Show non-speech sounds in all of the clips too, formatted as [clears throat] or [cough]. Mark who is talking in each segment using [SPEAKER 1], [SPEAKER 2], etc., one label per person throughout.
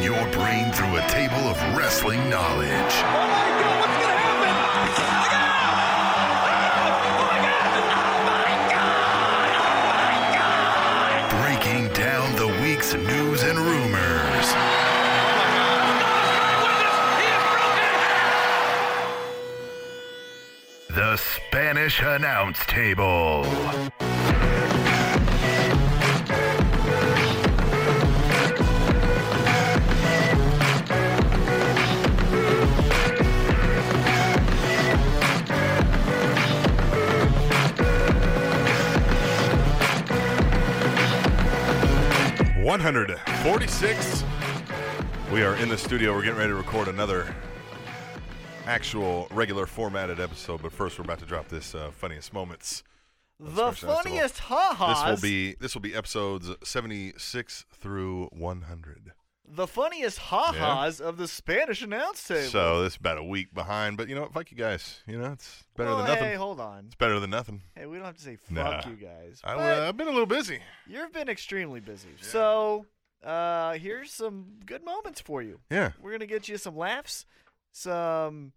[SPEAKER 1] brain through a table of wrestling knowledge. Breaking down the week's news and rumors. The Spanish Announce Table.
[SPEAKER 2] One hundred forty-six. We are in the studio. We're getting ready to record another actual regular formatted episode, but first we're about to drop this uh, funniest moments.
[SPEAKER 3] The
[SPEAKER 2] Smash Festival.
[SPEAKER 3] funniest ha
[SPEAKER 2] This
[SPEAKER 3] ha's.
[SPEAKER 2] will be this will be episodes seventy-six through one hundred.
[SPEAKER 3] the funniest ha ha's of the Spanish announce table.
[SPEAKER 2] So this is about a week behind, but you know what? Fuck you guys. You know it's better
[SPEAKER 3] Well,
[SPEAKER 2] than nothing.
[SPEAKER 3] Hey, hold on.
[SPEAKER 2] It's better than nothing.
[SPEAKER 3] Hey, we don't have to say fuck
[SPEAKER 2] Nah.
[SPEAKER 3] you guys.
[SPEAKER 2] I,
[SPEAKER 3] but
[SPEAKER 2] uh, I've been a little busy.
[SPEAKER 3] you've been extremely busy. So uh, here's some good moments for you.
[SPEAKER 2] Yeah,
[SPEAKER 3] We're gonna get you some laughs, some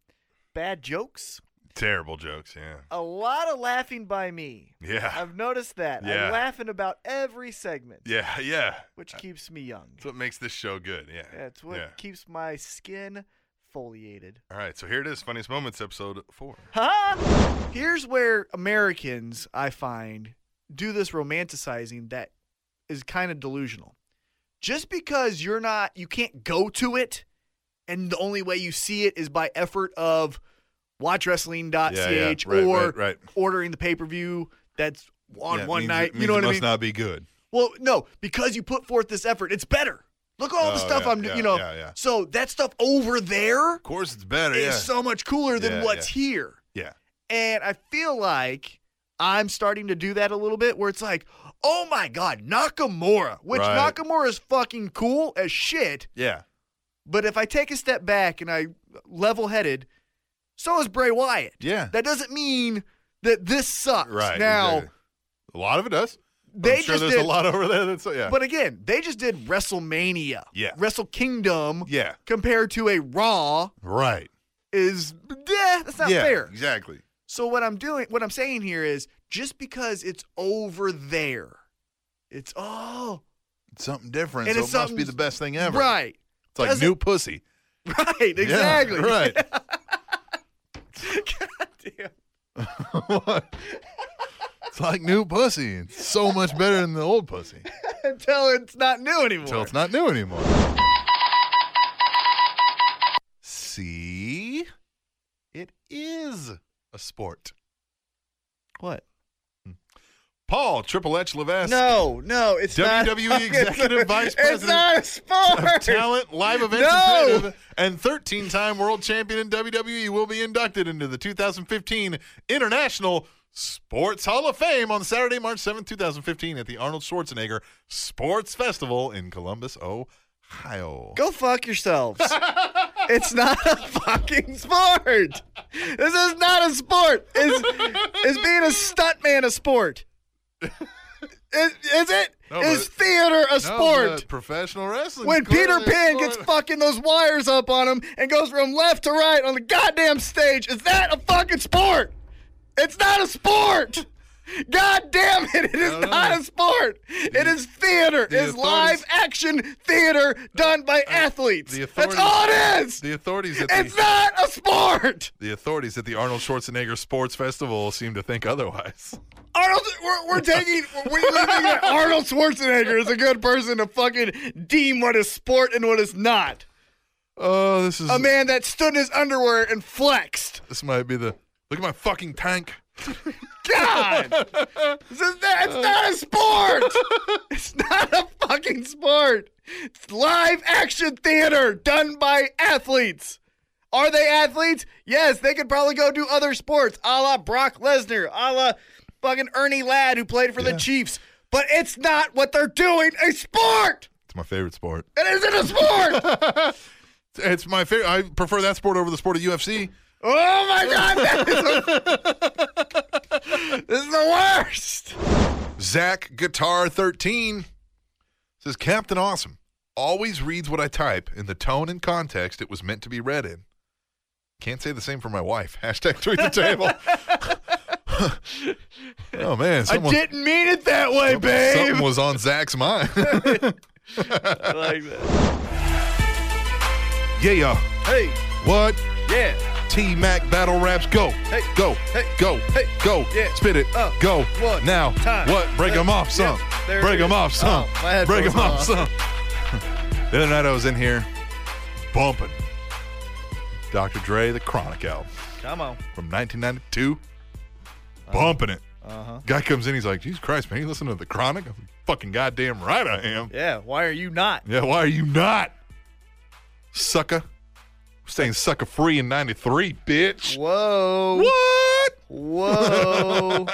[SPEAKER 3] bad jokes,
[SPEAKER 2] terrible jokes. Yeah,
[SPEAKER 3] a lot of laughing by me.
[SPEAKER 2] yeah,
[SPEAKER 3] I've noticed that.
[SPEAKER 2] Yeah.
[SPEAKER 3] I'm laughing about every segment,
[SPEAKER 2] [laughs] yeah, yeah.
[SPEAKER 3] which keeps me young.
[SPEAKER 2] That's what makes this show good. Yeah,
[SPEAKER 3] That's what
[SPEAKER 2] Yeah.
[SPEAKER 3] keeps my skin foliated.
[SPEAKER 2] All right, so here it is, funniest moments, episode four.
[SPEAKER 3] Huh? Here's where Americans, I find, do this romanticizing that is kind of delusional. Just because you're not, you can't go to it, and the only way you see it is by effort of watchwrestling.ch
[SPEAKER 2] Yeah, yeah, right,
[SPEAKER 3] or
[SPEAKER 2] right, right.
[SPEAKER 3] ordering the pay per view that's on
[SPEAKER 2] Yeah,
[SPEAKER 3] one
[SPEAKER 2] means-
[SPEAKER 3] night. You
[SPEAKER 2] means
[SPEAKER 3] know
[SPEAKER 2] it
[SPEAKER 3] what I
[SPEAKER 2] must
[SPEAKER 3] mean?
[SPEAKER 2] not be good.
[SPEAKER 3] Well, no, because you put forth this effort, it's better. Look at all the
[SPEAKER 2] Oh,
[SPEAKER 3] stuff
[SPEAKER 2] yeah,
[SPEAKER 3] I'm,
[SPEAKER 2] yeah,
[SPEAKER 3] you know.
[SPEAKER 2] yeah, yeah.
[SPEAKER 3] So that stuff over there is
[SPEAKER 2] Of course, it's better. Yeah,
[SPEAKER 3] so much cooler than
[SPEAKER 2] Yeah,
[SPEAKER 3] what's here.
[SPEAKER 2] yeah,
[SPEAKER 3] And I feel like I'm starting to do that a little bit where it's like, oh my God, Nakamura, which
[SPEAKER 2] Right.
[SPEAKER 3] Nakamura is fucking cool as shit.
[SPEAKER 2] yeah.
[SPEAKER 3] But if I take a step back and I level headed, so is Bray Wyatt.
[SPEAKER 2] Yeah.
[SPEAKER 3] That doesn't mean that this sucks.
[SPEAKER 2] Right
[SPEAKER 3] Now,
[SPEAKER 2] exactly. a lot of it does.
[SPEAKER 3] they
[SPEAKER 2] I'm sure
[SPEAKER 3] just
[SPEAKER 2] there's
[SPEAKER 3] did,
[SPEAKER 2] a lot over there. That's yeah,
[SPEAKER 3] But again, they just did WrestleMania.
[SPEAKER 2] Yeah.
[SPEAKER 3] Wrestle Kingdom
[SPEAKER 2] yeah,
[SPEAKER 3] compared to a Raw
[SPEAKER 2] right.
[SPEAKER 3] is, yeah, that's not
[SPEAKER 2] yeah,
[SPEAKER 3] fair.
[SPEAKER 2] Exactly.
[SPEAKER 3] So what I'm doing, what I'm saying here is just because it's over there, it's oh
[SPEAKER 2] It's something different.
[SPEAKER 3] And
[SPEAKER 2] so
[SPEAKER 3] it's
[SPEAKER 2] it must be
[SPEAKER 3] something-
[SPEAKER 2] the best thing ever.
[SPEAKER 3] right, [laughs]
[SPEAKER 2] It's like
[SPEAKER 3] Doesn't-
[SPEAKER 2] new pussy.
[SPEAKER 3] right,
[SPEAKER 2] Yeah, [laughs]
[SPEAKER 3] exactly, [laughs]
[SPEAKER 2] right.
[SPEAKER 3] God damn.
[SPEAKER 2] it's like new pussy. It's so much better than the old pussy.
[SPEAKER 3] Until it's not new anymore.
[SPEAKER 2] Until it's not new anymore. See? It is a sport.
[SPEAKER 3] what?
[SPEAKER 2] Paul Triple H Levesque.
[SPEAKER 3] No, no, it's not.
[SPEAKER 2] WWE E Executive
[SPEAKER 3] [laughs] it's-
[SPEAKER 2] Vice
[SPEAKER 3] It's not
[SPEAKER 2] [laughs]
[SPEAKER 3] a
[SPEAKER 2] of
[SPEAKER 3] sport.
[SPEAKER 2] Talent, live events,
[SPEAKER 3] No!
[SPEAKER 2] and, creative, and 13 time world champion in WWE will be inducted into the 2015 International Sports Hall of Fame on Saturday, March seventh, 2015, at the Arnold Schwarzenegger Sports Festival in Columbus, Ohio.
[SPEAKER 3] Go
[SPEAKER 2] [laughs]
[SPEAKER 3] fuck yourselves. it's not a fucking sport. This is not a sport. Is is being a stuntman
[SPEAKER 2] [laughs]
[SPEAKER 3] a sport? Is, is it?
[SPEAKER 2] No,
[SPEAKER 3] Is
[SPEAKER 2] but-
[SPEAKER 3] theater a
[SPEAKER 2] No,
[SPEAKER 3] sport?
[SPEAKER 2] but professional wrestling.
[SPEAKER 3] when Peter
[SPEAKER 2] clearly a
[SPEAKER 3] Pan gets
[SPEAKER 2] sport.
[SPEAKER 3] fucking those wires up on him and goes from left to right on the goddamn stage, is that a fucking sport? It's not a sport. God damn it, it is
[SPEAKER 2] don't know.
[SPEAKER 3] not a sport. it is theater. It
[SPEAKER 2] the
[SPEAKER 3] is live
[SPEAKER 2] authorities-
[SPEAKER 3] action theater done by athletes.
[SPEAKER 2] the
[SPEAKER 3] That's all it is.
[SPEAKER 2] The authorities at
[SPEAKER 3] it's
[SPEAKER 2] the,
[SPEAKER 3] not a sport.
[SPEAKER 2] the authorities at the Arnold Schwarzenegger Sports Festival seem to think otherwise.
[SPEAKER 3] Arnold, we're, we're taking, [laughs] we're leaving that Arnold Schwarzenegger is a good person to fucking deem what is sport and what is not.
[SPEAKER 2] Oh, this is
[SPEAKER 3] A man that stood in his underwear and flexed.
[SPEAKER 2] this might be the look at my fucking tank.
[SPEAKER 3] God! [laughs] This is not, it's not a [laughs] sport! It's not a fucking sport! It's live action theater done by athletes! Are they athletes? Yes, they could probably go do other sports, a la Brock Lesnar, a la fucking Ernie Ladd, who played for the Chiefs. But it's not what they're doing a sport!
[SPEAKER 2] It's my favorite sport.
[SPEAKER 3] It isn't a [laughs] sport!
[SPEAKER 2] It's my favorite. I prefer that sport over the sport of UFC.
[SPEAKER 3] oh my god, that is a- [laughs] this is the worst!
[SPEAKER 2] Zach Guitar 13 says Captain Awesome always reads what I type in the tone and context it was meant to be read in. Can't say the same for my wife. [laughs] Hashtag tweet the
[SPEAKER 3] [laughs]
[SPEAKER 2] table. [laughs] oh man, someone,
[SPEAKER 3] I didn't mean it that way,
[SPEAKER 2] something
[SPEAKER 3] babe.
[SPEAKER 2] was on Zach's mind.
[SPEAKER 3] I like that.
[SPEAKER 2] yeah, y'all.
[SPEAKER 3] Hey,
[SPEAKER 2] What?
[SPEAKER 3] yeah.
[SPEAKER 2] T Mac battle raps go.
[SPEAKER 3] Hey.
[SPEAKER 2] go.
[SPEAKER 3] Hey.
[SPEAKER 2] go.
[SPEAKER 3] Hey.
[SPEAKER 2] go.
[SPEAKER 3] Yeah.
[SPEAKER 2] Spit it.
[SPEAKER 3] Uh,
[SPEAKER 2] go.
[SPEAKER 3] one
[SPEAKER 2] now.
[SPEAKER 3] time.
[SPEAKER 2] What? Break
[SPEAKER 3] Hey.
[SPEAKER 2] them off
[SPEAKER 3] Yep,
[SPEAKER 2] some.
[SPEAKER 3] there
[SPEAKER 2] Break
[SPEAKER 3] it
[SPEAKER 2] them
[SPEAKER 3] is.
[SPEAKER 2] off some.
[SPEAKER 3] Oh, my headphones
[SPEAKER 2] Break them
[SPEAKER 3] are
[SPEAKER 2] off
[SPEAKER 3] off.
[SPEAKER 2] some. [laughs] the other night I was in here bumping Dr. Dre the Chronic album
[SPEAKER 3] Come on.
[SPEAKER 2] from 1992. Bumping it.
[SPEAKER 3] Uh huh.
[SPEAKER 2] Guy comes in, he's like, Jesus Christ, man, you listen to the Chronic? I'm like, fucking goddamn right I am.
[SPEAKER 3] Yeah. Why are you not?
[SPEAKER 2] Yeah, why are you not? Sucker. Staying sucker free in 93, bitch.
[SPEAKER 3] Whoa.
[SPEAKER 2] What? [laughs]
[SPEAKER 3] Whoa.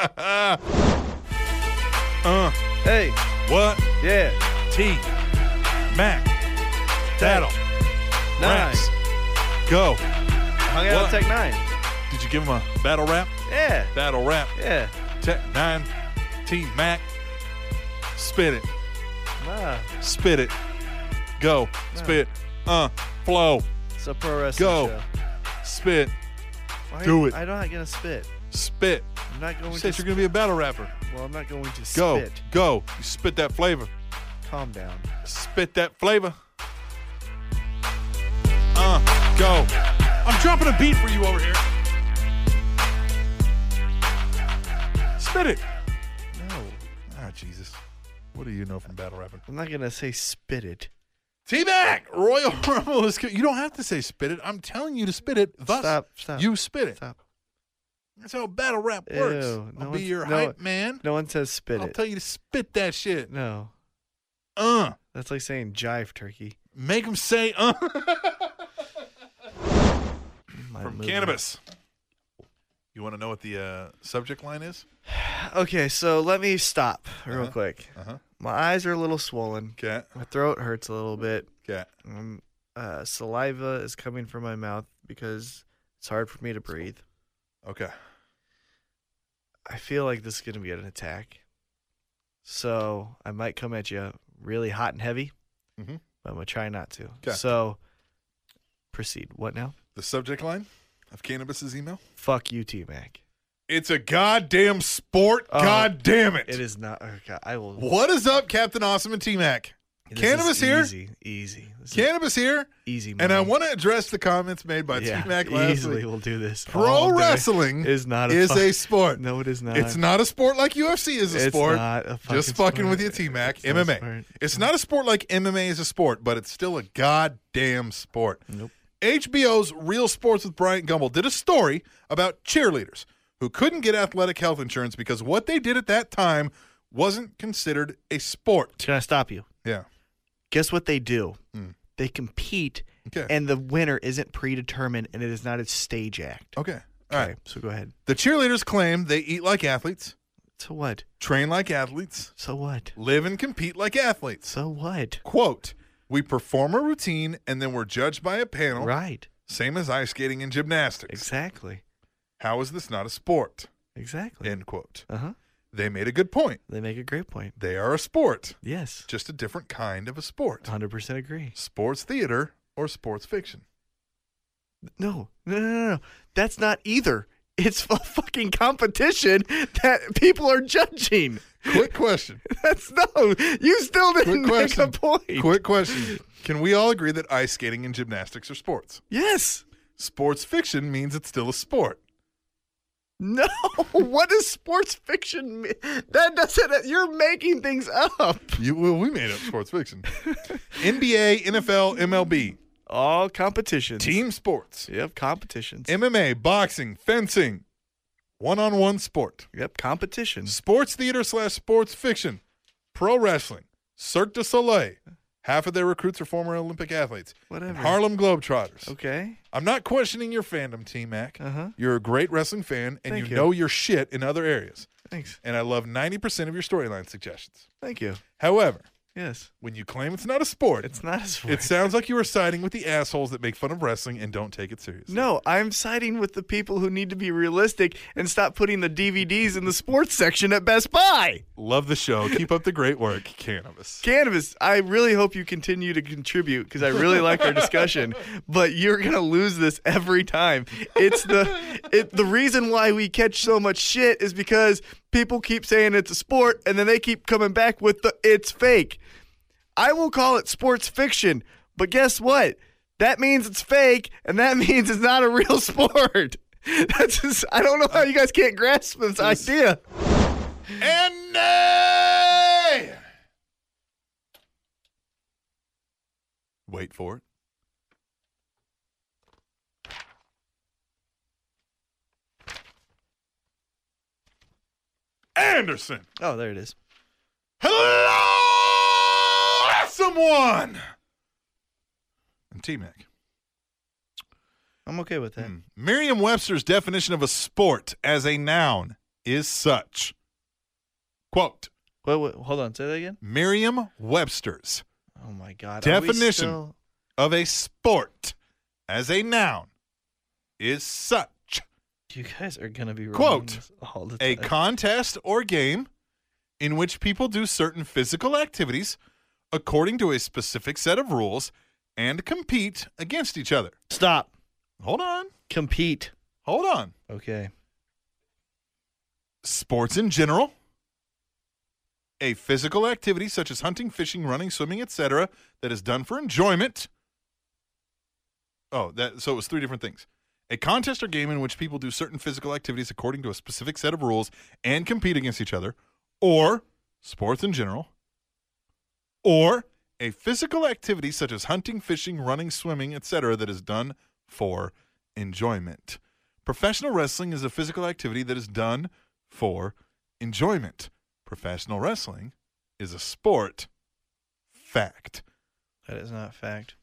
[SPEAKER 2] uh,
[SPEAKER 3] [laughs] hey.
[SPEAKER 2] what?
[SPEAKER 3] Yeah.
[SPEAKER 2] T. Mac. Battle.
[SPEAKER 3] Nine.
[SPEAKER 2] Raps. Go.
[SPEAKER 3] Hung out
[SPEAKER 2] What?
[SPEAKER 3] with Tech Nine.
[SPEAKER 2] Did you give him a battle rap?
[SPEAKER 3] Yeah.
[SPEAKER 2] Battle rap.
[SPEAKER 3] Yeah.
[SPEAKER 2] Tech 9. T. Mac. Spit it.
[SPEAKER 3] Nah.
[SPEAKER 2] Spit it. Go. Spit. Uh. Flow.
[SPEAKER 3] It's a pro wrestling
[SPEAKER 2] Go.
[SPEAKER 3] show.
[SPEAKER 2] Spit.
[SPEAKER 3] Why
[SPEAKER 2] Do
[SPEAKER 3] are-
[SPEAKER 2] it.
[SPEAKER 3] I'm not gonna spit.
[SPEAKER 2] Spit.
[SPEAKER 3] I'm not going
[SPEAKER 2] You
[SPEAKER 3] to.
[SPEAKER 2] said you're going to be a battle rapper.
[SPEAKER 3] sp- well, I'm not going to
[SPEAKER 2] Go.
[SPEAKER 3] spit.
[SPEAKER 2] Go. You spit that flavor.
[SPEAKER 3] Calm down.
[SPEAKER 2] Spit that flavor. Uh, go. I'm dropping a beat for you over here. Spit it.
[SPEAKER 3] No.
[SPEAKER 2] Ah, Jesus. What do you know from battle rapping?
[SPEAKER 3] I'm not gonna say spit it.
[SPEAKER 2] T Mac, Royal [laughs] Rumble is. co- You don't have to say spit it. I'm telling you to spit it. Thus,
[SPEAKER 3] Stop, stop,
[SPEAKER 2] you spit it.
[SPEAKER 3] Stop.
[SPEAKER 2] That's how battle rap
[SPEAKER 3] Ew,
[SPEAKER 2] works.
[SPEAKER 3] no
[SPEAKER 2] I'll be
[SPEAKER 3] one's-
[SPEAKER 2] your
[SPEAKER 3] no-
[SPEAKER 2] hype man.
[SPEAKER 3] No one says spit
[SPEAKER 2] I'll
[SPEAKER 3] it.
[SPEAKER 2] tell you to spit that shit.
[SPEAKER 3] no.
[SPEAKER 2] Uh,
[SPEAKER 3] That's like saying jive turkey.
[SPEAKER 2] make them say uh.
[SPEAKER 3] My
[SPEAKER 2] Mm, from
[SPEAKER 3] movement.
[SPEAKER 2] cannabis. You want to know what the uh, subject line is?
[SPEAKER 3] Okay, so let me stop real
[SPEAKER 2] Uh-huh.
[SPEAKER 3] quick.
[SPEAKER 2] Uh-huh.
[SPEAKER 3] My eyes are a little swollen.
[SPEAKER 2] Cat.
[SPEAKER 3] My throat hurts a little bit.
[SPEAKER 2] Cat.
[SPEAKER 3] Um, uh, saliva is coming from my mouth because it's hard for me to breathe.
[SPEAKER 2] Okay.
[SPEAKER 3] I feel like this is going to be an attack. So I might come at you really hot and heavy,
[SPEAKER 2] Mhm.
[SPEAKER 3] but I'm going to try not to.
[SPEAKER 2] 'Kay.
[SPEAKER 3] So proceed. What now?
[SPEAKER 2] The subject line of cannabis's email.
[SPEAKER 3] Fuck you, T Mac.
[SPEAKER 2] It's a goddamn sport.
[SPEAKER 3] Oh,
[SPEAKER 2] God damn Uh, it.
[SPEAKER 3] It is not. oh, God, I will.
[SPEAKER 2] What is up, Captain Awesome and T Mac?
[SPEAKER 3] this is
[SPEAKER 2] Cannabis here.
[SPEAKER 3] Easy. Easy. This is
[SPEAKER 2] Cannabis here.
[SPEAKER 3] easy.
[SPEAKER 2] And I
[SPEAKER 3] money.
[SPEAKER 2] want to address the comments made by
[SPEAKER 3] yeah,
[SPEAKER 2] T Mac last
[SPEAKER 3] easily
[SPEAKER 2] week.
[SPEAKER 3] we'll do this.
[SPEAKER 2] Pro
[SPEAKER 3] all day.
[SPEAKER 2] wrestling
[SPEAKER 3] is not a
[SPEAKER 2] is
[SPEAKER 3] fuck-
[SPEAKER 2] a sport.
[SPEAKER 3] No, it is not.
[SPEAKER 2] It's not a sport like UFC is a
[SPEAKER 3] It's
[SPEAKER 2] sport.
[SPEAKER 3] not a fucking
[SPEAKER 2] Just fucking
[SPEAKER 3] sport.
[SPEAKER 2] with you, T Mac.
[SPEAKER 3] It's not a
[SPEAKER 2] MMA.
[SPEAKER 3] sport.
[SPEAKER 2] It's not a sport like MMA is a sport, but it's still a goddamn sport.
[SPEAKER 3] Nope.
[SPEAKER 2] HBO's Real Sports with Bryant Gumbel did a story about cheerleaders who couldn't get athletic health insurance because what they did at that time wasn't considered a sport.
[SPEAKER 3] Can I stop you?
[SPEAKER 2] Yeah.
[SPEAKER 3] Guess what they do?
[SPEAKER 2] Hmm.
[SPEAKER 3] They compete,
[SPEAKER 2] Okay.
[SPEAKER 3] and the winner isn't predetermined, and it is not a stage act.
[SPEAKER 2] okay. All right.
[SPEAKER 3] So go ahead.
[SPEAKER 2] The cheerleaders claim they eat like athletes,
[SPEAKER 3] So what?
[SPEAKER 2] train like athletes,
[SPEAKER 3] So what?
[SPEAKER 2] live and compete like athletes.
[SPEAKER 3] So what?
[SPEAKER 2] Quote, we perform a routine and then we're judged by a panel,
[SPEAKER 3] Right.
[SPEAKER 2] same as ice skating and gymnastics.
[SPEAKER 3] Exactly.
[SPEAKER 2] How is this not a sport?
[SPEAKER 3] Exactly.
[SPEAKER 2] End quote.
[SPEAKER 3] Uh huh.
[SPEAKER 2] They made a good point.
[SPEAKER 3] They make a great point.
[SPEAKER 2] They are a sport,
[SPEAKER 3] Yes.
[SPEAKER 2] just a different kind of a sport.
[SPEAKER 3] 100% agree.
[SPEAKER 2] Sports theater or sports fiction.
[SPEAKER 3] No, no, no, no, no. That's not either. It's a fucking competition that people are judging. [laughs]
[SPEAKER 2] Quick question.
[SPEAKER 3] That's no. You still
[SPEAKER 2] Quick
[SPEAKER 3] didn't [laughs] make a
[SPEAKER 2] question.
[SPEAKER 3] point.
[SPEAKER 2] Quick question. Can we all agree that ice skating and gymnastics are sports?
[SPEAKER 3] Yes.
[SPEAKER 2] Sports fiction means it's still a sport.
[SPEAKER 3] No. [laughs] What does sports fiction mean? That doesn't. You're making things up.
[SPEAKER 2] You well, we made up sports
[SPEAKER 3] [laughs]
[SPEAKER 2] fiction. NBA, NFL, MLB,
[SPEAKER 3] All competitions.
[SPEAKER 2] team sports,
[SPEAKER 3] Yep. Competitions.
[SPEAKER 2] MMA, boxing, fencing, one-on-one sport.
[SPEAKER 3] yep. Competitions.
[SPEAKER 2] sports theater slash sports fiction, pro wrestling, Cirque du Soleil. Half of their recruits are former Olympic athletes. and
[SPEAKER 3] Whatever.
[SPEAKER 2] Harlem Globetrotters.
[SPEAKER 3] Okay.
[SPEAKER 2] I'm not questioning your fandom, T Mac.
[SPEAKER 3] Uh-huh.
[SPEAKER 2] You're a great wrestling fan and
[SPEAKER 3] Thank
[SPEAKER 2] you,
[SPEAKER 3] you.
[SPEAKER 2] know your shit in other areas.
[SPEAKER 3] Thanks.
[SPEAKER 2] And I love 90% of your storyline suggestions.
[SPEAKER 3] Thank you.
[SPEAKER 2] However,
[SPEAKER 3] Yes.
[SPEAKER 2] when you claim it's not a sport,
[SPEAKER 3] It's not as.
[SPEAKER 2] it sounds like you are siding with the assholes that make fun of wrestling and don't take it seriously.
[SPEAKER 3] No, I'm siding with the people who need to be realistic and stop putting the DVDs in the sports section at Best Buy.
[SPEAKER 2] Love the show. Keep up the great work, Cannabis.
[SPEAKER 3] Cannabis, I really hope you continue to contribute because I really like our [laughs] discussion, but you're gonna lose this every time. It's the it the reason why we catch so much shit is because people keep saying it's a sport and then they keep coming back with the it's fake. I will call it sports fiction, but guess what? That means it's fake and that [laughs] means it's not a real sport. [laughs] That's just I don't know how you guys can't grasp this idea.
[SPEAKER 2] Andy! Wait for it. Anderson!
[SPEAKER 3] Oh, there it is.
[SPEAKER 2] Hello, someone! And T Mac.
[SPEAKER 3] I'm okay with that.
[SPEAKER 2] Merriam Webster's definition of a sport as a noun is such. Quote
[SPEAKER 3] Wait, wait, hold on, say that again.
[SPEAKER 2] Merriam Webster's
[SPEAKER 3] Oh my god. Are we
[SPEAKER 2] Definition.
[SPEAKER 3] still-
[SPEAKER 2] of a sport as a noun is such
[SPEAKER 3] You guys are gonna be wrong
[SPEAKER 2] Quote,
[SPEAKER 3] this all the
[SPEAKER 2] a
[SPEAKER 3] time.
[SPEAKER 2] contest or game in which people do certain physical activities according to a specific set of rules and compete against each other.
[SPEAKER 3] Stop.
[SPEAKER 2] Hold on.
[SPEAKER 3] Compete.
[SPEAKER 2] Hold on.
[SPEAKER 3] Okay.
[SPEAKER 2] sports in general, a physical activity such as hunting, fishing, running, swimming, etc., that is done for enjoyment. Oh, that so it was three different things. A contest or game in which people do certain physical activities according to a specific set of rules and compete against each other, or sports in general, or a physical activity such as hunting, fishing, running, swimming, etc., that is done for enjoyment. Professional wrestling is a physical activity that is done for enjoyment. Professional wrestling is a sport. Fact.
[SPEAKER 3] That is not fact.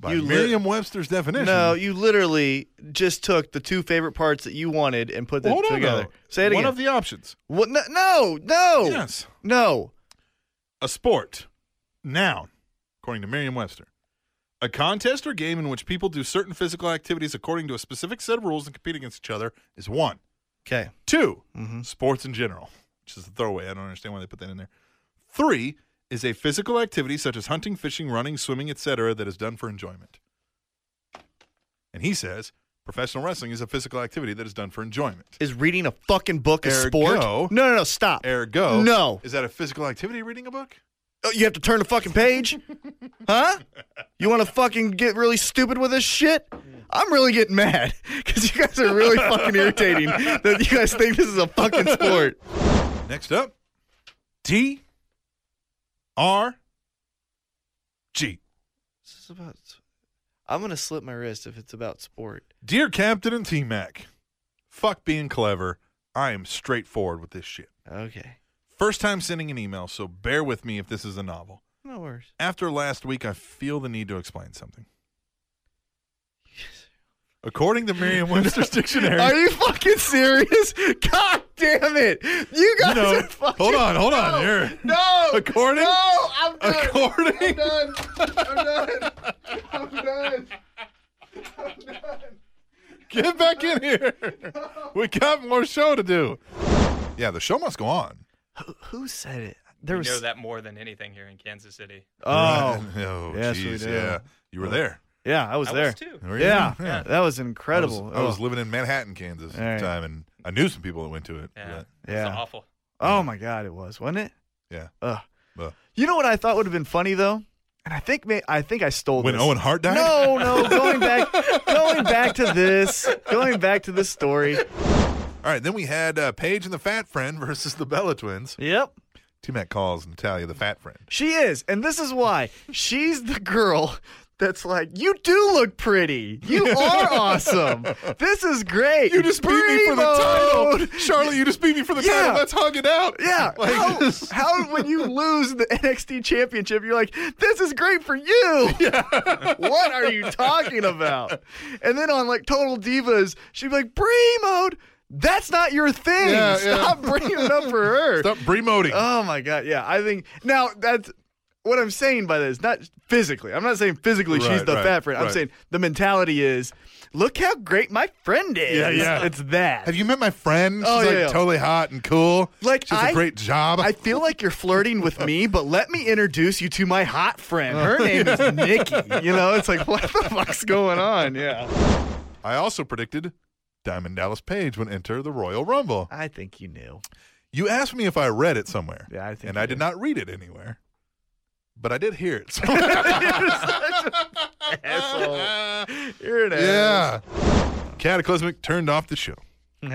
[SPEAKER 2] By
[SPEAKER 3] You lit-
[SPEAKER 2] Merriam Webster's definition.
[SPEAKER 3] No, you literally just took the two favorite parts that you wanted and put them
[SPEAKER 2] Hold on,
[SPEAKER 3] together.
[SPEAKER 2] though.
[SPEAKER 3] Say it
[SPEAKER 2] One
[SPEAKER 3] again.
[SPEAKER 2] of the options.
[SPEAKER 3] what? No, no, no,
[SPEAKER 2] Yes.
[SPEAKER 3] no.
[SPEAKER 2] A sport. Noun, according to Merriam Webster. A contest or game in which people do certain physical activities according to a specific set of rules and compete against each other is one.
[SPEAKER 3] Okay.
[SPEAKER 2] 2
[SPEAKER 3] Mhm.
[SPEAKER 2] sports in general, which is a throwaway. I don't understand why they put that in there. Three is a physical activity such as hunting, fishing, running, swimming, etc., that is done for enjoyment. And he says professional wrestling is a physical activity that is done for enjoyment.
[SPEAKER 3] Is reading a fucking book a sport?
[SPEAKER 2] Ergo-
[SPEAKER 3] No, no, no. Stop.
[SPEAKER 2] Ergo,
[SPEAKER 3] No.
[SPEAKER 2] is that a physical activity? Reading a book?
[SPEAKER 3] Oh, you have to turn the fucking page, huh? You want to fucking get really stupid with this shit? I'm really getting mad [laughs] because you guys are really fucking irritating that you guys think this is a fucking sport.
[SPEAKER 2] Next up, D R G.
[SPEAKER 3] This is about. I'm gonna slip my wrist if it's about sport.
[SPEAKER 2] Dear Captain and T Mac, fuck being clever. I am straightforward with this shit.
[SPEAKER 3] Okay,
[SPEAKER 2] First time sending an email, so bear with me if this is a novel.
[SPEAKER 3] no worries.
[SPEAKER 2] After last week, I feel the need to explain something. According to Merriam [laughs] Webster's dictionary.
[SPEAKER 3] Are you fucking serious? God damn it! You guys
[SPEAKER 2] No.
[SPEAKER 3] are fucking.
[SPEAKER 2] Hold on, hold on,
[SPEAKER 3] No,
[SPEAKER 2] here.
[SPEAKER 3] No.
[SPEAKER 2] According-
[SPEAKER 3] No, I'm done. I'm
[SPEAKER 2] according
[SPEAKER 3] done. I'm done. I'm done. I'm done.
[SPEAKER 2] Get back in here. We got more show to do. Yeah, the show must go on.
[SPEAKER 3] Who, who said it? There
[SPEAKER 4] we know that more than anything here in Kansas City.
[SPEAKER 3] Oh,
[SPEAKER 2] [laughs] oh
[SPEAKER 3] Yes, we
[SPEAKER 2] jeez,
[SPEAKER 3] do.
[SPEAKER 2] yeah. You were there.
[SPEAKER 3] yeah, I was
[SPEAKER 4] I
[SPEAKER 3] there.
[SPEAKER 4] was too.
[SPEAKER 2] Were you?
[SPEAKER 3] Yeah,
[SPEAKER 2] yeah.
[SPEAKER 3] that was
[SPEAKER 2] I was-
[SPEAKER 3] incredible. Oh,
[SPEAKER 2] I was, living in Manhattan, Kansas at
[SPEAKER 3] All right.
[SPEAKER 2] the time, and I knew some people that went to it.
[SPEAKER 4] Yeah,
[SPEAKER 2] but-
[SPEAKER 3] Yeah.
[SPEAKER 4] It's awful.
[SPEAKER 3] oh, oh my god, it was, wasn't it?
[SPEAKER 2] Yeah.
[SPEAKER 3] Ugh.
[SPEAKER 2] Ugh.
[SPEAKER 3] You know what I thought would have been funny though, and I think may, I think I stole
[SPEAKER 2] When
[SPEAKER 3] this.
[SPEAKER 2] Owen Hart died? [laughs]
[SPEAKER 3] No, no, going back, going back to this, going back to this story.
[SPEAKER 2] All right, then we had uh, Paige and the Fat Friend versus the Bella Twins.
[SPEAKER 3] Yep.
[SPEAKER 2] T Mac calls Natalia the Fat Friend.
[SPEAKER 3] She is, and this is why. She's the girl that's like, you do look pretty.
[SPEAKER 2] [laughs]
[SPEAKER 3] You are awesome. This is great.
[SPEAKER 2] You just beat me for the
[SPEAKER 3] Bravo.
[SPEAKER 2] title. [laughs] Charlotte, you just beat me for the
[SPEAKER 3] Yeah.
[SPEAKER 2] title. Let's hug it out.
[SPEAKER 3] Yeah.
[SPEAKER 2] [laughs] Like,
[SPEAKER 3] how, how when you lose the NXT championship, you're like, this is great
[SPEAKER 2] [laughs]
[SPEAKER 3] for you. what are you talking about? And then on like Total Divas, she'd be like, Brie mode, that's not your thing.
[SPEAKER 2] Yeah, yeah.
[SPEAKER 3] Stop bringing it up for her.
[SPEAKER 2] stop bremoting.
[SPEAKER 3] Oh my god, yeah. I think now that's what I'm saying by this, not physically. I'm not saying physically she's
[SPEAKER 2] Right,
[SPEAKER 3] the
[SPEAKER 2] right,
[SPEAKER 3] fat friend. I'm
[SPEAKER 2] right.
[SPEAKER 3] saying the mentality is, look how great my friend is.
[SPEAKER 2] Yeah, yeah.
[SPEAKER 3] It's that.
[SPEAKER 2] Have you met my friend? She's
[SPEAKER 3] Oh,
[SPEAKER 2] like
[SPEAKER 3] yeah, yeah.
[SPEAKER 2] totally hot and cool.
[SPEAKER 3] Like,
[SPEAKER 2] she has a
[SPEAKER 3] I-
[SPEAKER 2] great job.
[SPEAKER 3] I feel like you're flirting with me, but let me introduce you to my hot friend. Her
[SPEAKER 2] Oh.
[SPEAKER 3] name is Nikki. You know, it's like what the fuck's going on? Yeah.
[SPEAKER 2] I also predicted Diamond Dallas Page would enter the Royal Rumble.
[SPEAKER 3] I think you knew.
[SPEAKER 2] You asked me if I read it somewhere.
[SPEAKER 3] Yeah, I think
[SPEAKER 2] And
[SPEAKER 3] you
[SPEAKER 2] I did
[SPEAKER 3] did.
[SPEAKER 2] not read it anywhere. But I did hear
[SPEAKER 3] [laughs]
[SPEAKER 2] it. [laughs] somewhere.
[SPEAKER 3] Here it is.
[SPEAKER 2] yeah. Cataclysmic turned off the show.
[SPEAKER 3] oh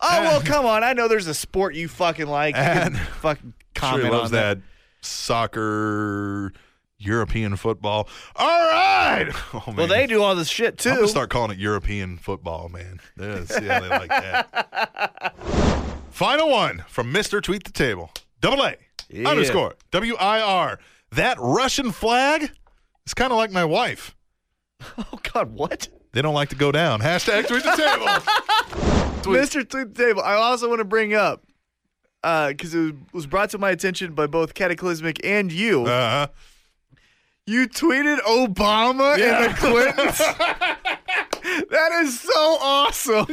[SPEAKER 3] well, come on. I know there's a sport you fucking like. You can
[SPEAKER 2] And-
[SPEAKER 3] fucking comment
[SPEAKER 2] sure he loves
[SPEAKER 3] on that.
[SPEAKER 2] that. soccer, European football. All right. [laughs] Oh,
[SPEAKER 3] Well,
[SPEAKER 2] man.
[SPEAKER 3] they do all this shit
[SPEAKER 2] I'm gonna
[SPEAKER 3] too.
[SPEAKER 2] start calling it European football, man. Yeah, see how they like that.
[SPEAKER 3] [laughs]
[SPEAKER 2] Final one from Mister Tweet the Table. Double A
[SPEAKER 3] Yeah.
[SPEAKER 2] underscore W I R. That Russian flag is kind of like my wife.
[SPEAKER 3] [laughs] oh God, what?
[SPEAKER 2] They don't like to go down. Hashtag Tweet the
[SPEAKER 3] [laughs]
[SPEAKER 2] Table.
[SPEAKER 3] Mr. Tweet the Table. I also want to bring up because it was, was brought to my attention by both Cataclysmic and you.
[SPEAKER 2] Uh-huh.
[SPEAKER 3] you tweeted Obama
[SPEAKER 2] Yeah.
[SPEAKER 3] and the Clintons. that is so awesome.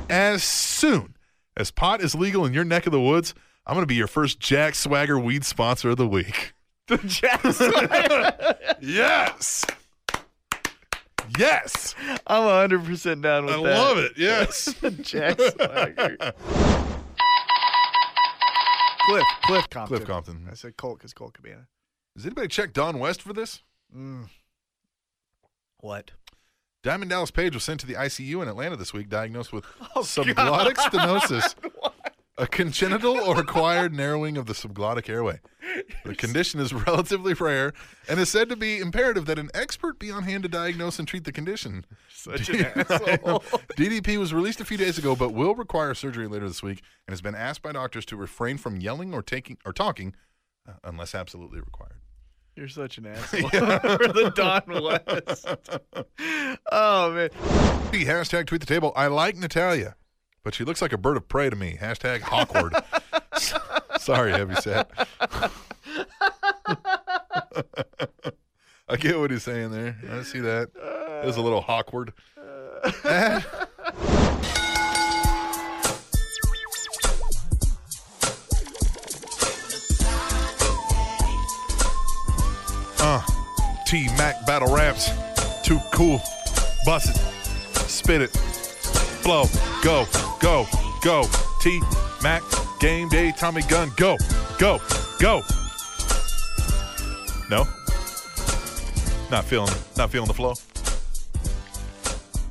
[SPEAKER 2] [laughs] As soon as pot is legal in your neck of the woods, I'm gonna be your first Jack Swagger weed sponsor of the
[SPEAKER 3] [laughs]
[SPEAKER 2] week.
[SPEAKER 3] The Jazz.
[SPEAKER 2] Yes. Yes.
[SPEAKER 3] I'm 100% down with
[SPEAKER 2] I
[SPEAKER 3] that. [laughs]
[SPEAKER 2] love it. Yes.
[SPEAKER 3] Jack Swagger. Cliff, Cliff Compton.
[SPEAKER 2] Cliff Compton.
[SPEAKER 3] I said Colt because Colt Cabana.
[SPEAKER 2] Does anybody check Don West for this?
[SPEAKER 3] What?
[SPEAKER 2] Diamond Dallas Page was sent to the ICU in Atlanta this week, diagnosed
[SPEAKER 3] [laughs]
[SPEAKER 2] with
[SPEAKER 3] Oh,
[SPEAKER 2] subglottic stenosis, a congenital or acquired narrowing of the subglottic airway. The condition is [laughs] relatively rare and is said to be imperative that an expert be on hand to diagnose and treat the condition.
[SPEAKER 3] Such [laughs]
[SPEAKER 2] [laughs]
[SPEAKER 3] an asshole.
[SPEAKER 2] DDP was released a few days ago, but will require surgery later this week, and has been asked by doctors to refrain from yelling or taking or talking, uh, unless absolutely required.
[SPEAKER 3] You're such an [laughs] asshole. For the Don West. Oh man.
[SPEAKER 2] Hey, hashtag tweet the table. I like Natalia, but she looks like a bird of prey to me. Hashtag awkward. [laughs] Sorry, heavy set. [laughs] I get what he's saying there. I see that. It was a little awkward. [laughs] uh, T Mac battle raps. Too cool. Bust it. Spit it. Flow. Go. Go. Go. T Mac. Game day. Tommy Gun. Go. Go. Go. No. Not feeling it. Not feeling the flow.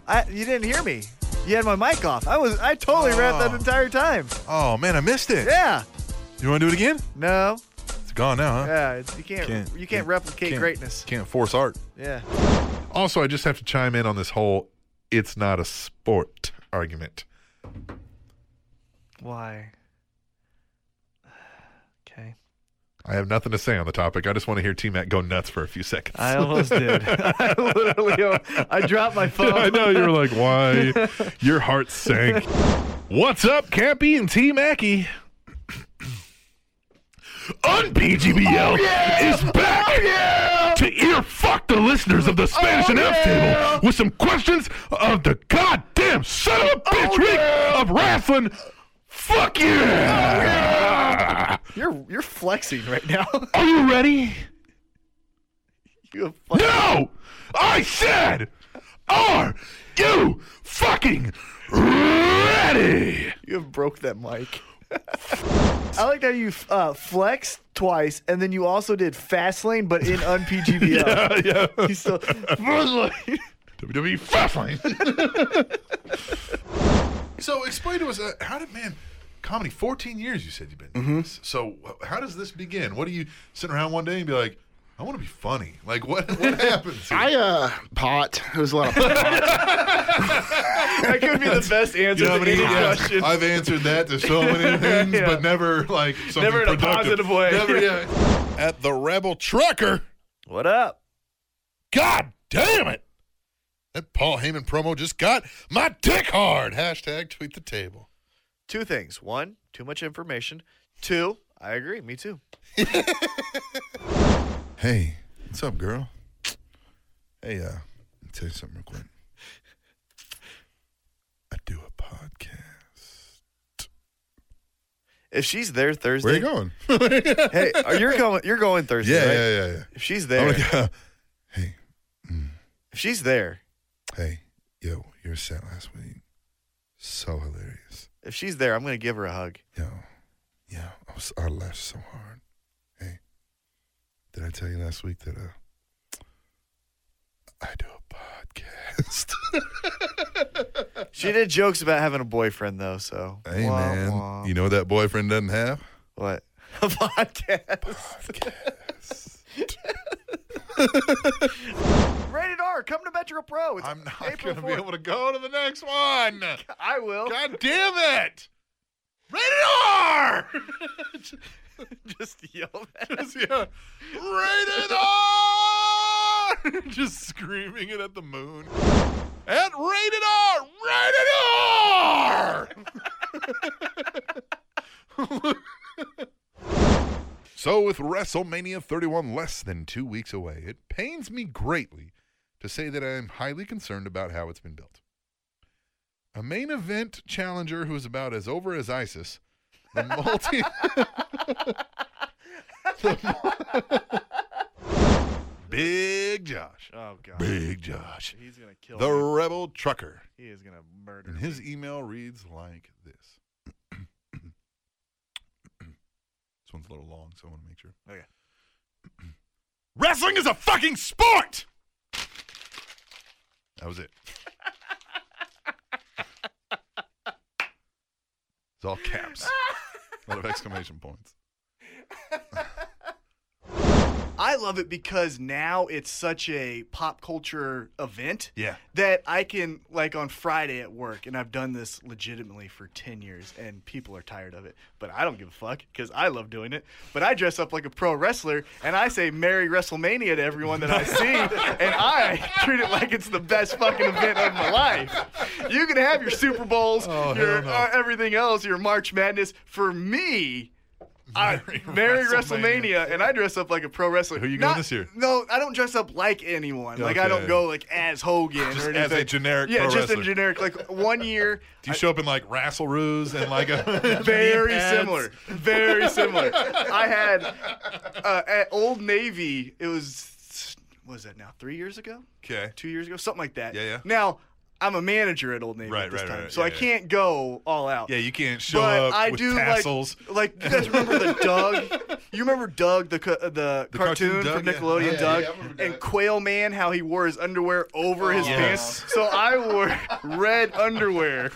[SPEAKER 3] I you didn't hear me. You had my mic off. I was I totally rapped that
[SPEAKER 2] Oh.
[SPEAKER 3] entire time.
[SPEAKER 2] Oh man, I missed it.
[SPEAKER 3] Yeah.
[SPEAKER 2] You want to do it again?
[SPEAKER 3] No.
[SPEAKER 2] It's gone now, huh?
[SPEAKER 3] Yeah. it's- You can't, you can't replicate
[SPEAKER 2] can't-
[SPEAKER 3] greatness.
[SPEAKER 2] Can't force art.
[SPEAKER 3] Yeah.
[SPEAKER 2] Also, I just have to chime in on this whole "it's not a sport" argument.
[SPEAKER 3] Why? [sighs] Okay.
[SPEAKER 2] I have nothing to say on the topic. I just want to hear T Mac go nuts for a few seconds.
[SPEAKER 3] I
[SPEAKER 2] [laughs]
[SPEAKER 3] almost did. [laughs] I literally I dropped my phone.
[SPEAKER 2] I know you were like, why? Your heart sank. What's up, Campy and T [clears throat] Mackey? UnPGBL is back to ear fuck the listeners of the Spanish and F table with some questions of the goddamn son of a bitch week of wrestling. Fuck you!
[SPEAKER 3] [laughs] You're you're flexing right now. [laughs]
[SPEAKER 2] Are you ready?
[SPEAKER 3] you have flex-
[SPEAKER 2] No! I said, are you fucking ready?
[SPEAKER 3] you have broke that mic. [laughs] I liked how you uh, flexed twice, and then you also did fast lane, but in unPGBL.
[SPEAKER 2] [laughs] yeah.
[SPEAKER 3] [laughs] He's still
[SPEAKER 2] WWE Fastlane. [laughs] so explain to us uh, how did man comedy 14 years you said you've been doing this. So wh- how does this begin? What do you sit around one day and be like, I want to be funny. Like what what [laughs] happens? here?
[SPEAKER 5] I uh pot. It was a lot of pot.
[SPEAKER 3] that could be
[SPEAKER 2] [laughs]
[SPEAKER 3] the best answer
[SPEAKER 2] You know how
[SPEAKER 3] to
[SPEAKER 2] many-
[SPEAKER 3] any
[SPEAKER 2] yeah,
[SPEAKER 3] question.
[SPEAKER 2] I've answered that to so
[SPEAKER 3] [laughs]
[SPEAKER 2] many things,
[SPEAKER 3] Yeah.
[SPEAKER 2] but never like something
[SPEAKER 3] Never in a
[SPEAKER 2] productive.
[SPEAKER 3] positive way.
[SPEAKER 2] Never, yeah. [laughs] At the Rebel Trucker.
[SPEAKER 3] What up?
[SPEAKER 2] God damn it! That Paul Heyman promo just got my dick hard. Hashtag tweet the table.
[SPEAKER 3] Two things. One, too much information. Two, I agree. Me too.
[SPEAKER 1] Hey, what's up, girl? Hey, uh, I'll tell you something real quick. I do a podcast.
[SPEAKER 3] If she's there Thursday,
[SPEAKER 2] Where you going?
[SPEAKER 3] hey, are
[SPEAKER 2] [laughs]
[SPEAKER 3] you going? You're going Thursday,
[SPEAKER 1] Yeah,
[SPEAKER 3] right?
[SPEAKER 1] yeah, yeah, yeah.
[SPEAKER 3] If she's
[SPEAKER 1] Oh
[SPEAKER 3] there,
[SPEAKER 1] my God. Hey,
[SPEAKER 3] if she's there,
[SPEAKER 1] [laughs] hey, yo, your set last week. So hilarious.
[SPEAKER 3] if she's there, I'm gonna give her a hug.
[SPEAKER 1] Yo, yo, I, was, I laughed so hard. Hey, did I tell you last week that uh, I do a podcast? [laughs]
[SPEAKER 3] She did jokes about having a boyfriend though, so
[SPEAKER 1] hey,
[SPEAKER 3] Wah,
[SPEAKER 1] man.
[SPEAKER 3] wah.
[SPEAKER 1] You know what that boyfriend doesn't have?
[SPEAKER 3] what? [laughs] A podcast. [laughs]
[SPEAKER 1] Podcast.
[SPEAKER 3] Rated R. Come to Metro Pro. It's
[SPEAKER 2] I'm not
[SPEAKER 3] April
[SPEAKER 2] going to be
[SPEAKER 3] 4th.
[SPEAKER 2] able to go to the next one.
[SPEAKER 3] I will.
[SPEAKER 2] God damn it. Rated R.
[SPEAKER 3] [laughs] Just yell at her.
[SPEAKER 2] Just, yeah. Rated R. [laughs] Just screaming it at the moon. At rated R. Rated R. So, with WrestleMania 31 less than two weeks away, it pains me greatly to say that I am highly concerned about how it's been built. A main event challenger who is about as over as ISIS, the multi. [laughs] the mul- [laughs] Big Josh.
[SPEAKER 3] Oh god.
[SPEAKER 1] Big Josh.
[SPEAKER 3] He's gonna kill
[SPEAKER 2] The
[SPEAKER 3] me.
[SPEAKER 2] Rebel Trucker.
[SPEAKER 3] He is gonna murder
[SPEAKER 2] And
[SPEAKER 3] me.
[SPEAKER 2] his email reads like this. [coughs] this one's a little long, so I want to make sure.
[SPEAKER 3] Okay.
[SPEAKER 2] [coughs] Wrestling is a fucking sport! That
[SPEAKER 3] [laughs]
[SPEAKER 2] was it. it's all caps. a lot of exclamation points.
[SPEAKER 3] I love it because now it's such a pop culture event
[SPEAKER 2] Yeah.
[SPEAKER 3] that I can like on Friday at work, and I've done this legitimately for ten years, and people are tired of it, but I don't give a fuck because I love doing it. But I dress up like a pro wrestler, and I say "Merry WrestleMania" to everyone that I
[SPEAKER 2] [laughs]
[SPEAKER 3] see, and I treat it like it's the best fucking event of my life. You can have your Super Bowls,
[SPEAKER 2] Oh, hell
[SPEAKER 3] your
[SPEAKER 2] no.
[SPEAKER 3] uh, everything else, your March Madness. For me, I, Merry WrestleMania, and I dress up like a pro wrestler.
[SPEAKER 2] Who you going
[SPEAKER 3] Not,
[SPEAKER 2] this year?
[SPEAKER 3] No, I don't dress up like anyone. Like I
[SPEAKER 2] Okay.
[SPEAKER 3] don't go like as Hogan
[SPEAKER 2] Just
[SPEAKER 3] or
[SPEAKER 2] as
[SPEAKER 3] anything.
[SPEAKER 2] a generic
[SPEAKER 3] Yeah,
[SPEAKER 2] pro
[SPEAKER 3] just
[SPEAKER 2] wrestler.
[SPEAKER 3] a generic. Like one
[SPEAKER 2] [laughs]
[SPEAKER 3] year,
[SPEAKER 2] Do you show up in like Rasselroos and like a
[SPEAKER 3] [laughs] very
[SPEAKER 2] knee pads?
[SPEAKER 3] similar, very similar. I had uh, at Old Navy. It was what was that now? Three years ago?
[SPEAKER 2] Okay.
[SPEAKER 3] Two years ago? Something like that.
[SPEAKER 2] Yeah, yeah.
[SPEAKER 3] Now I'm a manager at Old Navy
[SPEAKER 2] Right,
[SPEAKER 3] at this
[SPEAKER 2] right,
[SPEAKER 3] time,
[SPEAKER 2] right,
[SPEAKER 3] so
[SPEAKER 2] yeah,
[SPEAKER 3] I
[SPEAKER 2] yeah.
[SPEAKER 3] can't go all out.
[SPEAKER 2] Yeah, you can't show
[SPEAKER 3] but
[SPEAKER 2] up
[SPEAKER 3] I
[SPEAKER 2] with
[SPEAKER 3] do
[SPEAKER 2] tassels.
[SPEAKER 3] like like you guys remember the Doug? You remember Doug the co- the,
[SPEAKER 2] The cartoon
[SPEAKER 3] cartoon,
[SPEAKER 2] Doug,
[SPEAKER 3] from
[SPEAKER 2] yeah.
[SPEAKER 3] Nickelodeon
[SPEAKER 2] Yeah,
[SPEAKER 3] Doug
[SPEAKER 1] yeah, I remember
[SPEAKER 3] and
[SPEAKER 1] Doug.
[SPEAKER 3] Quail Man how he wore his underwear over his
[SPEAKER 2] Yes.
[SPEAKER 3] pants. So I wore red underwear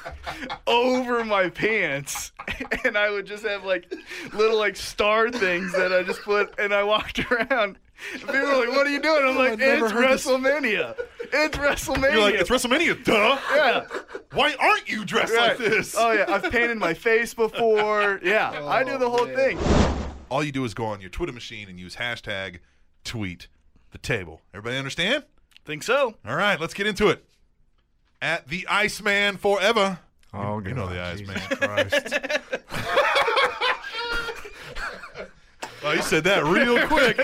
[SPEAKER 3] over my pants [laughs] and I would just have like little like star things that I just put and I walked [laughs] around. And People were like, "What are you doing?" I'm like,
[SPEAKER 2] I've never
[SPEAKER 3] "It's
[SPEAKER 2] heard this."
[SPEAKER 3] WrestleMania. It's WrestleMania."
[SPEAKER 2] You're like, it's WrestleMania, duh.
[SPEAKER 3] yeah.
[SPEAKER 2] Why aren't you dressed like
[SPEAKER 3] Right.
[SPEAKER 2] this? Oh,
[SPEAKER 3] Oh yeah, I've painted my face before.
[SPEAKER 2] [laughs]
[SPEAKER 3] Yeah, I do the whole thing.
[SPEAKER 2] All you do is go on your Twitter machine and use hashtag tweet the table. Everybody understand?
[SPEAKER 3] Think so?
[SPEAKER 2] All right, let's get into it. At the Iceman forever.
[SPEAKER 5] Oh, God.
[SPEAKER 2] You know the Iceman.
[SPEAKER 5] Christ.
[SPEAKER 2] Oh, you said that real
[SPEAKER 3] [laughs]
[SPEAKER 2] quick.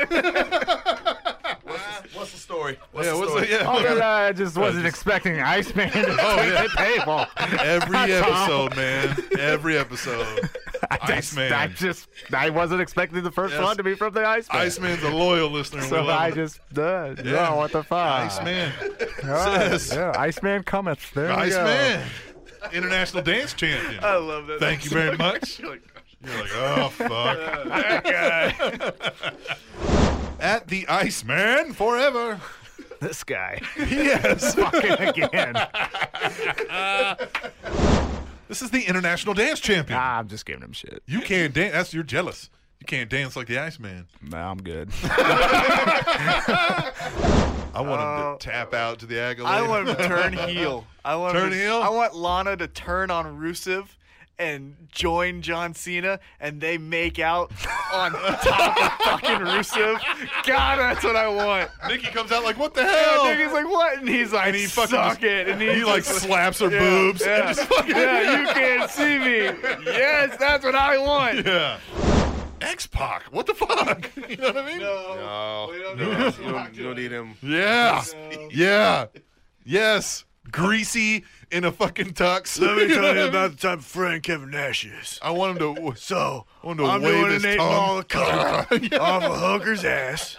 [SPEAKER 2] what's, the, story? yeah, what's the, yeah.
[SPEAKER 5] [laughs] oh, no, no, I just wasn't expecting Iceman to take
[SPEAKER 2] yeah.
[SPEAKER 5] the table.
[SPEAKER 2] Every
[SPEAKER 5] Tom.
[SPEAKER 2] episode, man. Every
[SPEAKER 3] [laughs]
[SPEAKER 2] episode.
[SPEAKER 5] I just,
[SPEAKER 2] Iceman.
[SPEAKER 5] I just, I wasn't expecting the first
[SPEAKER 2] Yes.
[SPEAKER 5] one to be from the Iceman.
[SPEAKER 2] Iceman's a loyal listener. and we
[SPEAKER 5] So
[SPEAKER 2] love
[SPEAKER 5] I
[SPEAKER 2] it.
[SPEAKER 5] just, uh,
[SPEAKER 2] Yeah.
[SPEAKER 5] no, what the fuck?
[SPEAKER 2] Iceman.
[SPEAKER 5] Oh,
[SPEAKER 2] Says.
[SPEAKER 5] yeah, Iceman cometh. There we go.
[SPEAKER 2] Iceman. International dance champion.
[SPEAKER 3] I love that.
[SPEAKER 2] Thank you very much.
[SPEAKER 3] [laughs] You're like,
[SPEAKER 2] [laughs] You're like, oh [laughs] fuck.
[SPEAKER 3] that guy.
[SPEAKER 2] At the Iceman forever.
[SPEAKER 5] This guy. [laughs]
[SPEAKER 2] Yes.
[SPEAKER 5] Fucking again.
[SPEAKER 2] this is the international dance champion.
[SPEAKER 3] Ah.
[SPEAKER 5] Nah, I'm just giving him shit.
[SPEAKER 2] You can't dance. That's you're jealous. You can't dance like the Iceman.
[SPEAKER 5] Nah, I'm good.
[SPEAKER 2] I want him
[SPEAKER 3] Oh.
[SPEAKER 2] to tap out to the Aguilera.
[SPEAKER 3] I want him to turn heel. I want him
[SPEAKER 2] Turn
[SPEAKER 3] to-
[SPEAKER 2] heel?
[SPEAKER 3] I want Lana to turn on Rusev and join John Cena, and they make out on top of fucking Rusev. God, that's what I want.
[SPEAKER 2] [laughs] Nikki comes out like, what the
[SPEAKER 3] And
[SPEAKER 2] hell?
[SPEAKER 3] Nigga's like, what? And he's like,
[SPEAKER 2] And he fucking
[SPEAKER 3] suck
[SPEAKER 2] just-
[SPEAKER 3] it. And he's
[SPEAKER 2] he like
[SPEAKER 3] just
[SPEAKER 2] slaps her
[SPEAKER 3] yeah,
[SPEAKER 2] boobs. and [laughs]
[SPEAKER 3] Yeah,
[SPEAKER 2] just fucking-
[SPEAKER 3] yeah, you can't see me. Yes, that's what I want.
[SPEAKER 2] yeah. X Pac. What the fuck? You know what I mean?
[SPEAKER 6] No,
[SPEAKER 3] We don't
[SPEAKER 6] no,
[SPEAKER 3] need
[SPEAKER 6] you
[SPEAKER 3] X-Pac.
[SPEAKER 6] don't, you don't need him.
[SPEAKER 2] Yeah.
[SPEAKER 3] No.
[SPEAKER 2] Yeah. Yes. Greasy in a fucking tux. [laughs]
[SPEAKER 3] Let
[SPEAKER 2] know
[SPEAKER 3] me
[SPEAKER 2] what
[SPEAKER 3] tell
[SPEAKER 2] I
[SPEAKER 3] you
[SPEAKER 2] mean?
[SPEAKER 3] about the time friend Kevin Nash is.
[SPEAKER 2] I want him to.
[SPEAKER 3] So
[SPEAKER 2] I want him to
[SPEAKER 3] I'm
[SPEAKER 2] wave
[SPEAKER 3] doing
[SPEAKER 2] his
[SPEAKER 3] an eight
[SPEAKER 2] tongue.
[SPEAKER 3] ball of coke off a hooker's ass.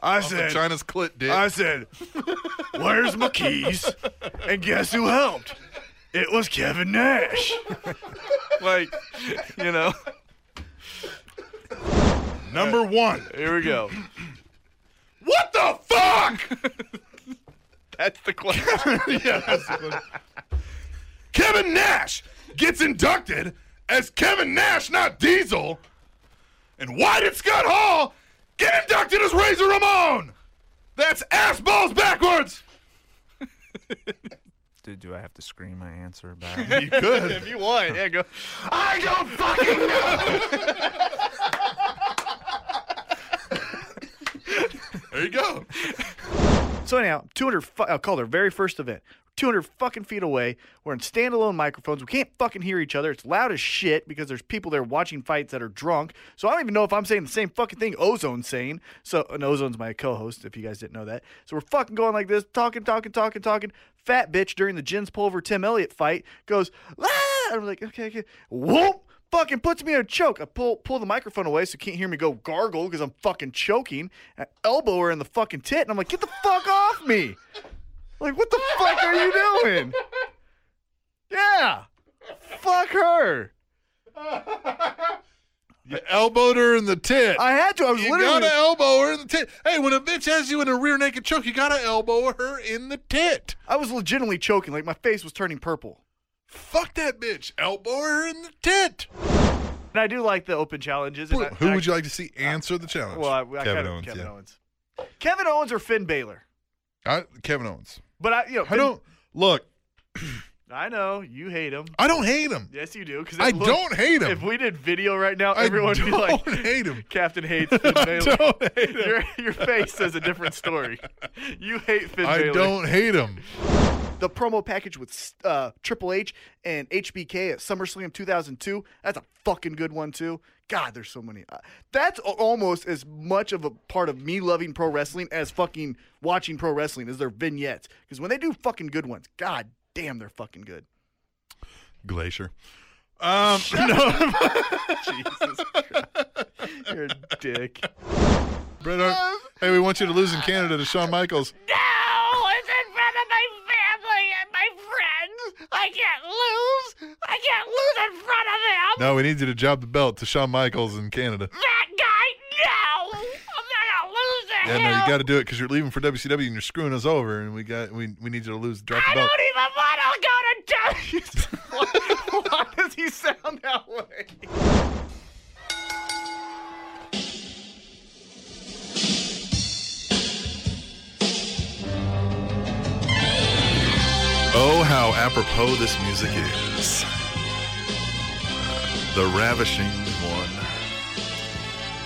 [SPEAKER 3] I
[SPEAKER 2] to
[SPEAKER 3] said,
[SPEAKER 2] China's clit dick.
[SPEAKER 3] I said, where's my keys? And guess who helped? It was Kevin Nash.
[SPEAKER 6] Like, you know.
[SPEAKER 2] Number one.
[SPEAKER 6] Here we go.
[SPEAKER 2] What the fuck?
[SPEAKER 6] [laughs] That's the
[SPEAKER 3] [laughs]
[SPEAKER 6] question.
[SPEAKER 2] Yeah, that's funny. Kevin Nash gets inducted as Kevin Nash, not Diesel. And why did Scott Hall get inducted as Razor Ramon? That's ass balls backwards.
[SPEAKER 1] Do, do I have to scream my answer back?
[SPEAKER 2] You could.
[SPEAKER 6] if you want, yeah, go.
[SPEAKER 2] I don't fucking know. there you go.
[SPEAKER 3] So anyhow, 200. Fu- I'll call their very first event. 200 fucking feet away. We're in standalone microphones. We can't fucking hear each other. It's loud as shit because there's people there watching fights that are drunk. So I don't even know if I'm saying the same fucking thing Ozone's saying. So and Ozone's my co-host. If you guys didn't know that. So we're fucking going like this, talking, talking, talking, talking. Fat bitch during the Jens Pulver Tim Elliott fight goes. Ah! I'm like, okay, okay. Whoop fucking puts me in a choke. I pull pull the microphone away so you can't hear me go gargle because I'm fucking choking. I elbow her in the fucking tit, and I'm like, get the fuck off me! Like, what the fuck are you doing? Yeah, fuck her.
[SPEAKER 2] You elbowed her in the tit.
[SPEAKER 3] I had to. I was
[SPEAKER 2] you
[SPEAKER 3] literally.
[SPEAKER 2] gotta elbow her in the tit. Hey, when a bitch has you in a rear naked choke, you gotta elbow her in the tit.
[SPEAKER 3] I was legitimately choking. Like my face was turning purple.
[SPEAKER 2] Fuck that bitch. Elbow her in the tit.
[SPEAKER 3] And I do like the open challenges. And I,
[SPEAKER 7] Who
[SPEAKER 3] and I-
[SPEAKER 7] would you like to see answer the challenge?
[SPEAKER 3] Well, I, I kinda, Kevin Owens. Kevin Owens or Finn Balor.
[SPEAKER 7] I, Kevin Owens.
[SPEAKER 3] But I, you know,
[SPEAKER 7] I
[SPEAKER 3] Finn-
[SPEAKER 7] don't look.
[SPEAKER 3] I know you hate him.
[SPEAKER 7] I don't hate him.
[SPEAKER 3] Yes, you do. Because
[SPEAKER 7] I don't hate him.
[SPEAKER 3] If we did video right now,
[SPEAKER 7] I
[SPEAKER 3] everyone would be like,
[SPEAKER 7] don't [laughs] hate him.
[SPEAKER 3] Captain hates Finn
[SPEAKER 7] [laughs] I
[SPEAKER 3] Balor.
[SPEAKER 7] don't hate him.
[SPEAKER 3] Your, your face says a different story. You hate Finn
[SPEAKER 7] I
[SPEAKER 3] Balor.
[SPEAKER 7] don't hate him.
[SPEAKER 3] The promo package with uh, Triple H and HBK at SummerSlam 2002, that's a fucking good one, too. God, there's so many. Uh, that's a- almost as much of a part of me loving pro wrestling as fucking watching pro wrestling is their vignettes. Because when they do fucking good ones, god damn, they're fucking good.
[SPEAKER 2] Glacier. Um,
[SPEAKER 3] You're a dick.
[SPEAKER 2] Bret Hart, hey, we want you to lose in Canada to Shawn Michaels.
[SPEAKER 8] No, it's in front of my family and my friends. I can't lose. I can't lose in front of them.
[SPEAKER 2] No, we need you to drop the belt to Shawn Michaels in Canada.
[SPEAKER 8] That guy, no. I'm not gonna lose to
[SPEAKER 2] Yeah,
[SPEAKER 8] him.
[SPEAKER 2] no, you got to do it because you're leaving for WCW and you're screwing us over, and we got we we need you to lose. Drop
[SPEAKER 8] I
[SPEAKER 2] the belt.
[SPEAKER 8] don't even want to go to
[SPEAKER 3] [laughs]
[SPEAKER 8] W.
[SPEAKER 3] Why does he sound that way?
[SPEAKER 2] Oh, how apropos this music is. Uh, The ravishing one.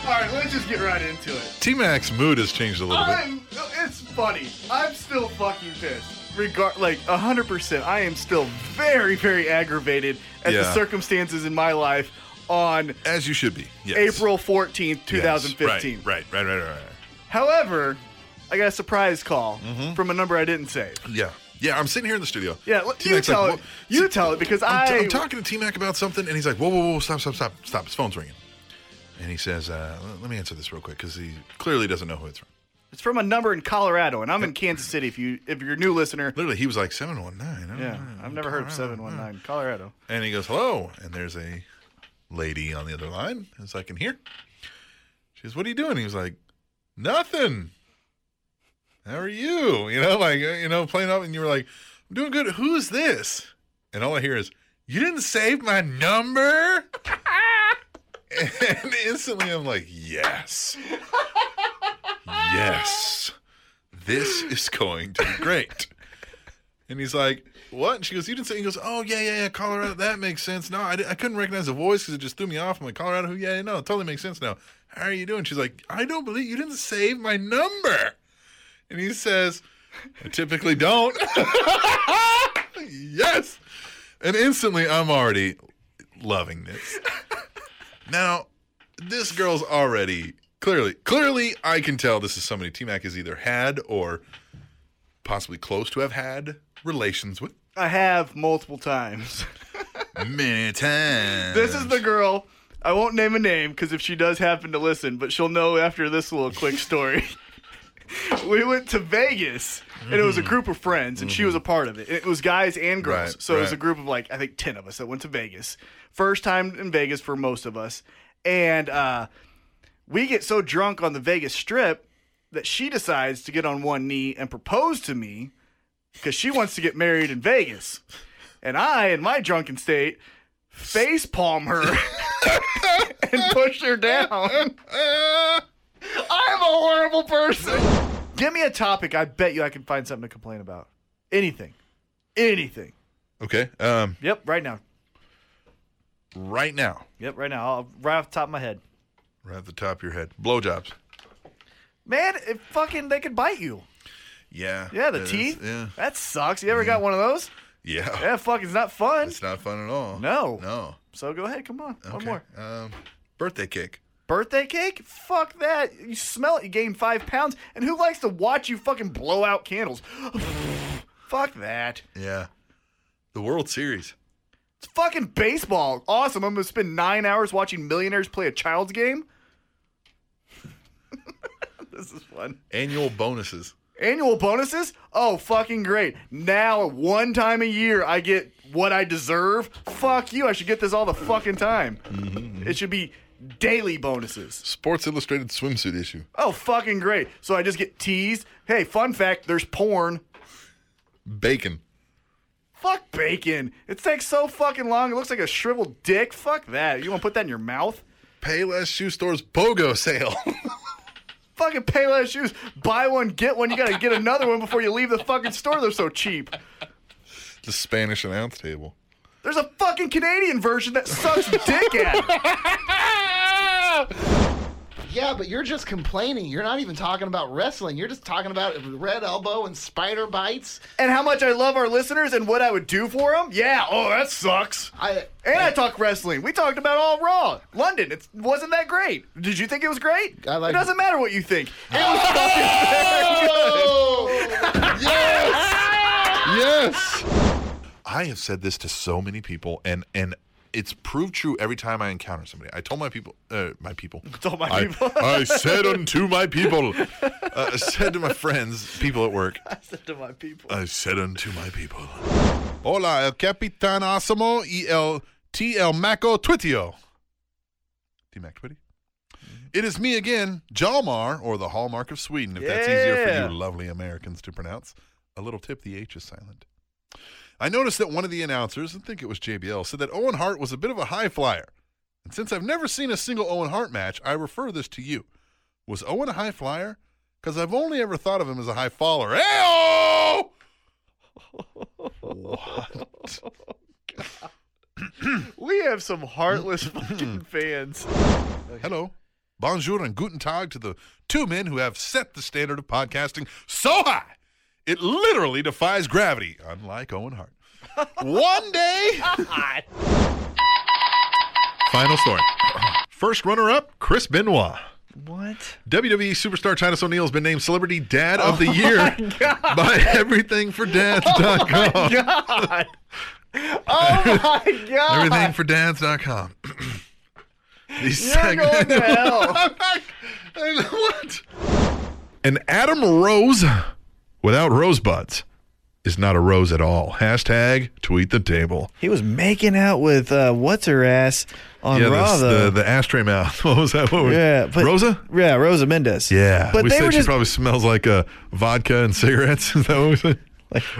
[SPEAKER 3] All right, let's just get right into it.
[SPEAKER 2] T Mac's mood has changed a little bit.
[SPEAKER 3] I'm, it's funny. I'm still fucking pissed. Regard like hundred percent. I am still very, very aggravated at
[SPEAKER 2] Yeah.
[SPEAKER 3] the circumstances in my life on
[SPEAKER 2] As you should be. Yes.
[SPEAKER 3] April fourteenth, two
[SPEAKER 2] Yes.
[SPEAKER 3] thousand fifteen.
[SPEAKER 2] Right, right, right, right, right, Mm-hmm.
[SPEAKER 3] However, I got a surprise call from a number I didn't save.
[SPEAKER 2] right. Yeah. Yeah, I'm sitting here in the studio.
[SPEAKER 3] Yeah, let- you
[SPEAKER 2] T-Mac's like,
[SPEAKER 3] tell
[SPEAKER 2] "Whoa."
[SPEAKER 3] it. You tell it because
[SPEAKER 2] I'm, t-
[SPEAKER 3] I
[SPEAKER 2] I'm talking to T Mac about something, and he's like, "Whoa, whoa, whoa, stop, stop, stop, stop!" His phone's ringing, and he says, uh, "Let me answer this real quick because he clearly doesn't know who it's from."
[SPEAKER 3] It's from a number in Colorado, and I'm in Kansas City. If you if you're a new listener,
[SPEAKER 2] Literally, he was like seven one nine.
[SPEAKER 3] yeah, I've never heard of seven one nine Colorado.
[SPEAKER 2] And he goes, hello. And there's a lady on the other line. As I can hear. She goes, what are you doing? He was like, nothing. How are you? You know, like, you know, playing up. And you were like, I'm doing good. Who's this? And all I hear is, you didn't save my number? [laughs] and instantly I'm like, yes. Yes. This is going to be great. And he's like, "What?" And she goes, "You didn't say." He goes, "Oh yeah, yeah, yeah, Colorado. That makes sense. No, I, di- I couldn't recognize the voice because it just threw me off. I'm like, Colorado. Who? Yeah, yeah, no, it totally makes sense now. How are you doing?" She's like, "I don't believe you didn't save my number." And he says, "I typically don't." [laughs] yes. And instantly, I'm already loving this. Now, this girl's already clearly, clearly, I can tell this is somebody T Mac has either had or possibly close to have had relations with
[SPEAKER 3] I have multiple times. [laughs]
[SPEAKER 2] many times.
[SPEAKER 3] This is the girl. I won't name a name because if she does happen to listen, but she'll know after this little quick story. [laughs] we went to Vegas and it was a group of friends and she was a part of it. It was guys and girls.
[SPEAKER 2] Mm-hmm. Right,
[SPEAKER 3] so it was
[SPEAKER 2] right.
[SPEAKER 3] a group of like, I think 10 of us that went to Vegas. First time in Vegas for most of us. And uh, we get so drunk on the Vegas strip that she decides to get on one knee and propose to me because she wants to get married in Vegas. And I, in my drunken state, face palm her
[SPEAKER 2] [laughs]
[SPEAKER 3] [laughs] and push her down.
[SPEAKER 2] Ah!
[SPEAKER 3] I'm a horrible person. Give me a topic. I bet you I can find something to complain about. Anything. Anything.
[SPEAKER 2] okay. Um,
[SPEAKER 3] Yep, right now.
[SPEAKER 2] right now,
[SPEAKER 3] Yep, right now. I'll, right off the top of my head.
[SPEAKER 2] right at the top of your head, blowjobs.
[SPEAKER 3] Man, it fucking they could bite you.
[SPEAKER 2] Yeah.
[SPEAKER 3] Yeah, the
[SPEAKER 2] that is-
[SPEAKER 3] teeth.
[SPEAKER 2] Yeah.
[SPEAKER 3] That sucks. You ever got one of those?
[SPEAKER 2] Yeah.
[SPEAKER 3] Yeah, fuck, it's not fun.
[SPEAKER 2] It's not fun at all.
[SPEAKER 3] No.
[SPEAKER 2] No.
[SPEAKER 3] So go ahead, come on. One
[SPEAKER 2] Okay.
[SPEAKER 3] more.
[SPEAKER 2] Um, birthday cake.
[SPEAKER 3] Birthday cake? Fuck that. You smell it, you gain five pounds. And who likes to watch you fucking blow out candles? [sighs] Fuck that.
[SPEAKER 2] Yeah. The World Series.
[SPEAKER 3] It's fucking baseball. Awesome. I'm gonna spend nine hours watching millionaires play a child's game. [laughs] this is fun.
[SPEAKER 2] Annual bonuses.
[SPEAKER 3] Annual bonuses? Oh, fucking great. Now, one time a year, I get what I deserve. Fuck you. I should get this all the fucking time. It should be daily bonuses.
[SPEAKER 2] Sports Illustrated swimsuit issue.
[SPEAKER 3] Oh, fucking great. So I just get teased. Hey, fun fact there's porn.
[SPEAKER 2] Bacon.
[SPEAKER 3] Fuck bacon. It takes so fucking long. It looks like a shriveled dick. Fuck that. You want to put that in your mouth?
[SPEAKER 2] Payless Shoe Store's BOGO sale. [laughs]
[SPEAKER 3] Fucking pay less shoes. Buy one, get one. You got to get another one before you leave the fucking store. They're so cheap.
[SPEAKER 2] the Spanish announce table.
[SPEAKER 3] There's a fucking Canadian version that sucks dick at it.
[SPEAKER 9] Yeah, but you're just complaining. You're not even talking about wrestling. You're just talking about red elbow and spider bites.
[SPEAKER 3] and how much I love our listeners and what I would do for them? Yeah. Oh, that sucks.
[SPEAKER 9] I
[SPEAKER 3] And I talk wrestling. We talked about all Raw, London. It wasn't that great. Did you think it was great?
[SPEAKER 9] I like-
[SPEAKER 3] it doesn't matter what you think. It was fucking very good.
[SPEAKER 2] Yes. I have said this to so many people, and and it's proved true every time I encounter somebody. I told my people, uh, my people,
[SPEAKER 3] [laughs] Told my
[SPEAKER 2] I,
[SPEAKER 3] people.
[SPEAKER 2] I said unto my
[SPEAKER 3] [laughs]
[SPEAKER 2] people, uh, I said to my friends, people at work,
[SPEAKER 3] said to my people.
[SPEAKER 2] I said unto my people, Hola, el Capitan Asimo y el T el Maco Twitio. T Mac Twitty.
[SPEAKER 3] Mm-hmm.
[SPEAKER 2] It is me again, Jalmar, or the Hallmark of Sweden, if that's easier
[SPEAKER 3] Yeah.
[SPEAKER 2] for you lovely Americans to pronounce. A little tip the H is silent. I noticed that one of the announcers, I think it was JBL, said that Owen Hart was a bit of a high flyer. And since I've never seen a single Owen Hart match, I refer this to you. Was Owen a high flyer? Because I've only ever thought of him as a high faller. Hey! What?
[SPEAKER 3] We have some [laughs] heartless fucking fans.
[SPEAKER 2] Hello. Bonjour and guten tag to the two men who have set the standard of podcasting so high it literally defies gravity, unlike Owen
[SPEAKER 3] [laughs]
[SPEAKER 2] Hart. One day. Final story. First runner up, Chris Benoit.
[SPEAKER 3] What? Oh
[SPEAKER 2] WWE superstar Titus O'Neil has been named Celebrity Dad of the Year by EverythingForDads.com.
[SPEAKER 3] God. Oh [laughs] my God.
[SPEAKER 2] [clears throat] EverythingForDads.com.
[SPEAKER 10] [laughs]
[SPEAKER 2] These
[SPEAKER 3] You're going to hell.
[SPEAKER 2] what? [laughs] An Adam Rose without rosebuds is not a rose at all. Hashtag tweet the table.
[SPEAKER 10] He was making out with uh, what's her ass on
[SPEAKER 2] yeah,
[SPEAKER 10] Raw
[SPEAKER 2] this-
[SPEAKER 10] though.
[SPEAKER 2] the, the ashtray mouth. [laughs] What was that? What was,
[SPEAKER 3] [laughs]
[SPEAKER 10] yeah, but,
[SPEAKER 2] Rosa?
[SPEAKER 10] Yeah, Rosa Mendez.
[SPEAKER 2] Yeah.
[SPEAKER 10] but
[SPEAKER 2] we
[SPEAKER 10] they
[SPEAKER 2] said
[SPEAKER 10] were
[SPEAKER 2] she
[SPEAKER 10] just
[SPEAKER 2] probably smells like uh, vodka and [laughs] cigarettes. Is that what we said?